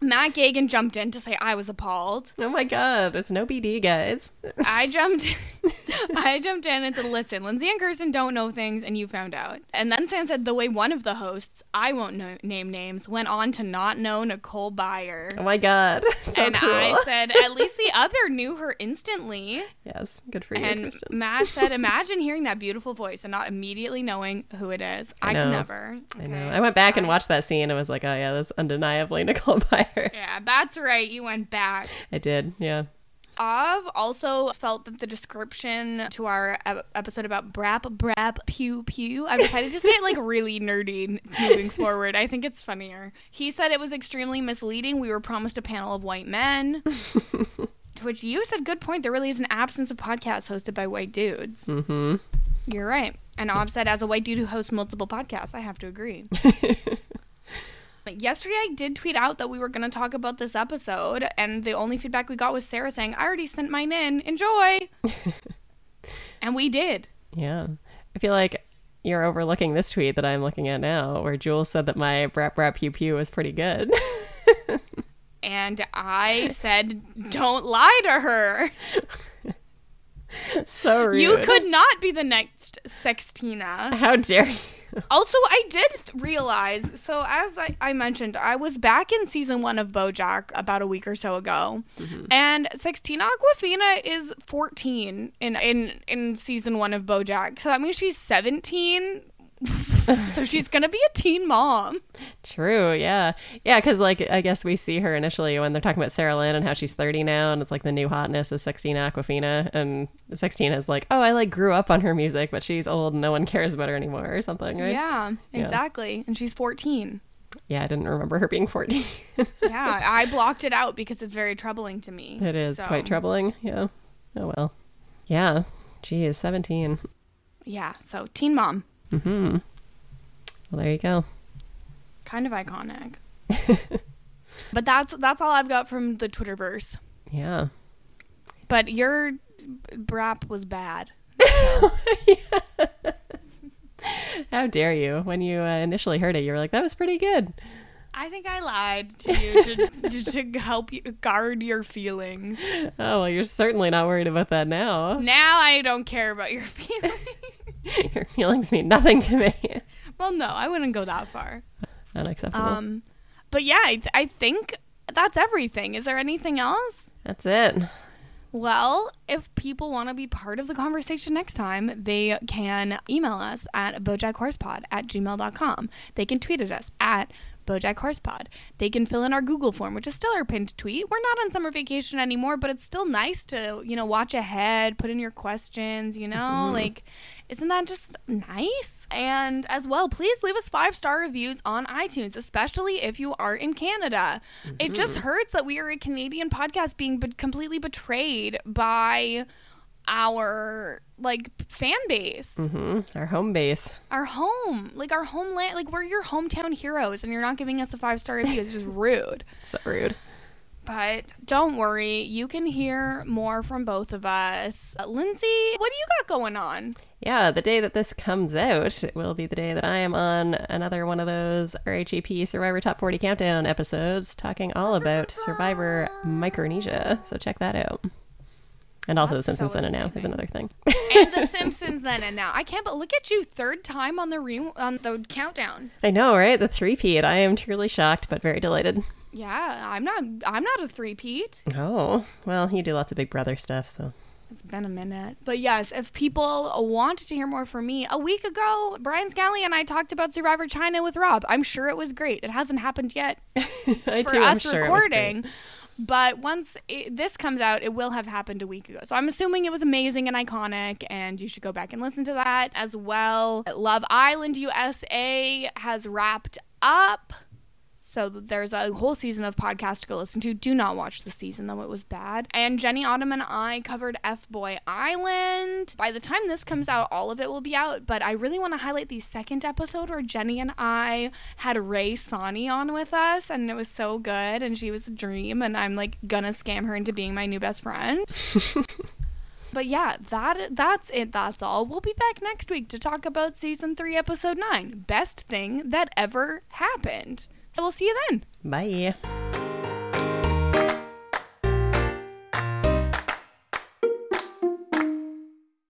[SPEAKER 1] Matt Gagan jumped in to say I was appalled.
[SPEAKER 2] Oh my god, it's no BD, guys. Oh
[SPEAKER 1] I jumped (laughs) I jumped in and said, listen, Lindsay and Kirsten don't know things and you found out. And then Sam said the way one of the hosts, I won't know, name names, went on to not know Nicole Byer.
[SPEAKER 2] Oh my god, (laughs) so
[SPEAKER 1] and
[SPEAKER 2] cool.
[SPEAKER 1] I said, at least the other knew her instantly.
[SPEAKER 2] yes, good for you,
[SPEAKER 1] And
[SPEAKER 2] Kristen.
[SPEAKER 1] Matt
[SPEAKER 2] (laughs)
[SPEAKER 1] said, imagine hearing that beautiful voice and not immediately knowing who it is. I,
[SPEAKER 2] know.
[SPEAKER 1] can never.
[SPEAKER 2] I
[SPEAKER 1] okay?
[SPEAKER 2] know. I went back and watched that scene and was like, oh yeah, that's undeniably (laughs) Nicole Byer.
[SPEAKER 1] Yeah, that's right. You went back.
[SPEAKER 2] I did, yeah.
[SPEAKER 1] I've also felt that the description to our ep- episode about brap, brap, pew, pew, I've decided to say it like really nerdy moving forward. I think it's funnier. He said it was extremely misleading. We were promised a panel of white men. to which you said, good point. There really is an absence of podcasts hosted by white dudes.
[SPEAKER 2] Mm-hmm.
[SPEAKER 1] You're right. And Ob said, as a white dude who hosts multiple podcasts, I have to agree. But yesterday, I did tweet out that we were going to talk about this episode, and the only feedback we got was Sarah saying, I already sent mine in. Enjoy. and we did.
[SPEAKER 2] yeah. I feel like you're overlooking this tweet that I'm looking at now, where Jules said that my brat brat pew pew was pretty good. (laughs)
[SPEAKER 1] And I said, Don't lie to her.
[SPEAKER 2] so rude.
[SPEAKER 1] You could not be the next Sextina.
[SPEAKER 2] How dare you?
[SPEAKER 1] Also, I did th- realize. So, as I, I mentioned, I was back in season one of BoJack about a week or so ago,
[SPEAKER 2] Mm-hmm.
[SPEAKER 1] and Sextina Aquafina is 14 in in in season one of BoJack. So that means she's 17 (laughs) so she's gonna be a teen mom.
[SPEAKER 2] True, yeah. Yeah, because, like, I guess we see her initially when they're talking about Sarah Lynn and how she's 30 now, and it's like the new hotness is Sextina Aquafina. And Sextina's like, oh, I, like, grew up on her music, but she's old and no one cares about her anymore or something, right?
[SPEAKER 1] Yeah,
[SPEAKER 2] Yeah.
[SPEAKER 1] exactly. And she's 14.
[SPEAKER 2] Yeah, I didn't remember her being 14.
[SPEAKER 1] Yeah, I blocked it out because it's very troubling to me.
[SPEAKER 2] it is
[SPEAKER 1] So,
[SPEAKER 2] quite troubling, yeah. Oh, well. Yeah. Geez, 17.
[SPEAKER 1] Yeah, so teen mom,
[SPEAKER 2] hmm Well, there you go.
[SPEAKER 1] kind of
[SPEAKER 2] (laughs)
[SPEAKER 1] iconic. but that's that's all I've got from the Twitterverse.
[SPEAKER 2] Yeah.
[SPEAKER 1] But your brap was bad.
[SPEAKER 2] How dare you? When you uh, initially heard it, you were like, that was pretty good.
[SPEAKER 1] I think I lied to you to, (laughs) to, to help you guard your feelings.
[SPEAKER 2] Oh, well, you're certainly not worried about that now.
[SPEAKER 1] Now I don't care about your (laughs) feelings.
[SPEAKER 2] (laughs) Your feelings mean nothing to me. (laughs)
[SPEAKER 1] well, no, I wouldn't go that far.
[SPEAKER 2] Unacceptable.
[SPEAKER 1] Um, but yeah, I, I think that's everything. Is there anything else?
[SPEAKER 2] That's it.
[SPEAKER 1] Well, if people want to be part of the conversation next time, they can email us at bojackhorsepod at gmail.com. They can tweet at us at bojackhorsepod. They can fill in our Google form, which is still our pinned tweet. We're not on summer vacation anymore, but it's still nice to, you know, watch ahead, put in your questions, you know, like, isn't that just nice? Mm-hmm. And as well, please leave us five star reviews on iTunes, especially if you are in Canada. It just hurts that we are a Canadian podcast being be- completely betrayed by our like fan base,
[SPEAKER 2] hmm Our home base.
[SPEAKER 1] our home, like our homeland, like we're your hometown heroes, and you're not giving us a five star review. It's just (laughs) rude.
[SPEAKER 2] So rude.
[SPEAKER 1] But don't worry, you can hear more from both of us. Uh, Lindsay, what do you got going on?
[SPEAKER 2] Yeah, the day that this comes out will be the day that I am on another one of those RHEP Survivor Top 40 Countdown episodes talking all about Survivor Micronesia. So check that out. And also
[SPEAKER 1] That's
[SPEAKER 2] The Simpsons
[SPEAKER 1] so
[SPEAKER 2] Then and Now is
[SPEAKER 1] exciting.
[SPEAKER 2] another thing. (laughs)
[SPEAKER 1] And The Simpsons then and now. I can't but look at you third time on the re- on the countdown.
[SPEAKER 2] I know, right? The three-peat. I am truly shocked, but
[SPEAKER 1] (laughs)
[SPEAKER 2] very delighted.
[SPEAKER 1] Yeah, I'm not I'm not a three-peat.
[SPEAKER 2] Oh, well, you do lots of Big Brother stuff, so.
[SPEAKER 1] It's been a minute. But yes, if people want to hear more from me, a week ago, Brian Scally and I talked about Survivor China with Rob. I'm sure it was great. It hasn't happened yet
[SPEAKER 2] (laughs) I
[SPEAKER 1] for
[SPEAKER 2] too am
[SPEAKER 1] us
[SPEAKER 2] sure it was great.
[SPEAKER 1] recording. But once it, this comes out, it will have happened a week ago. So I'm assuming it was amazing and iconic, and you should go back and listen to that as well. Love Island USA has wrapped up. So th- there's a whole season of podcast to go listen to. Do not watch the season though; it was bad. And Jenny Autumn and I covered F Boy Island. By the time this comes out, all of it will be out. But I really want to highlight the second episode where Jenny and I had Ray Sani on with us, and it was so good. And she was a dream, and I'm like gonna scam her into being my new best friend. But yeah, that that's it. That's all. We'll be back next week to talk about season three, episode nine, best thing that ever happened. So we'll see you then.
[SPEAKER 2] Bye.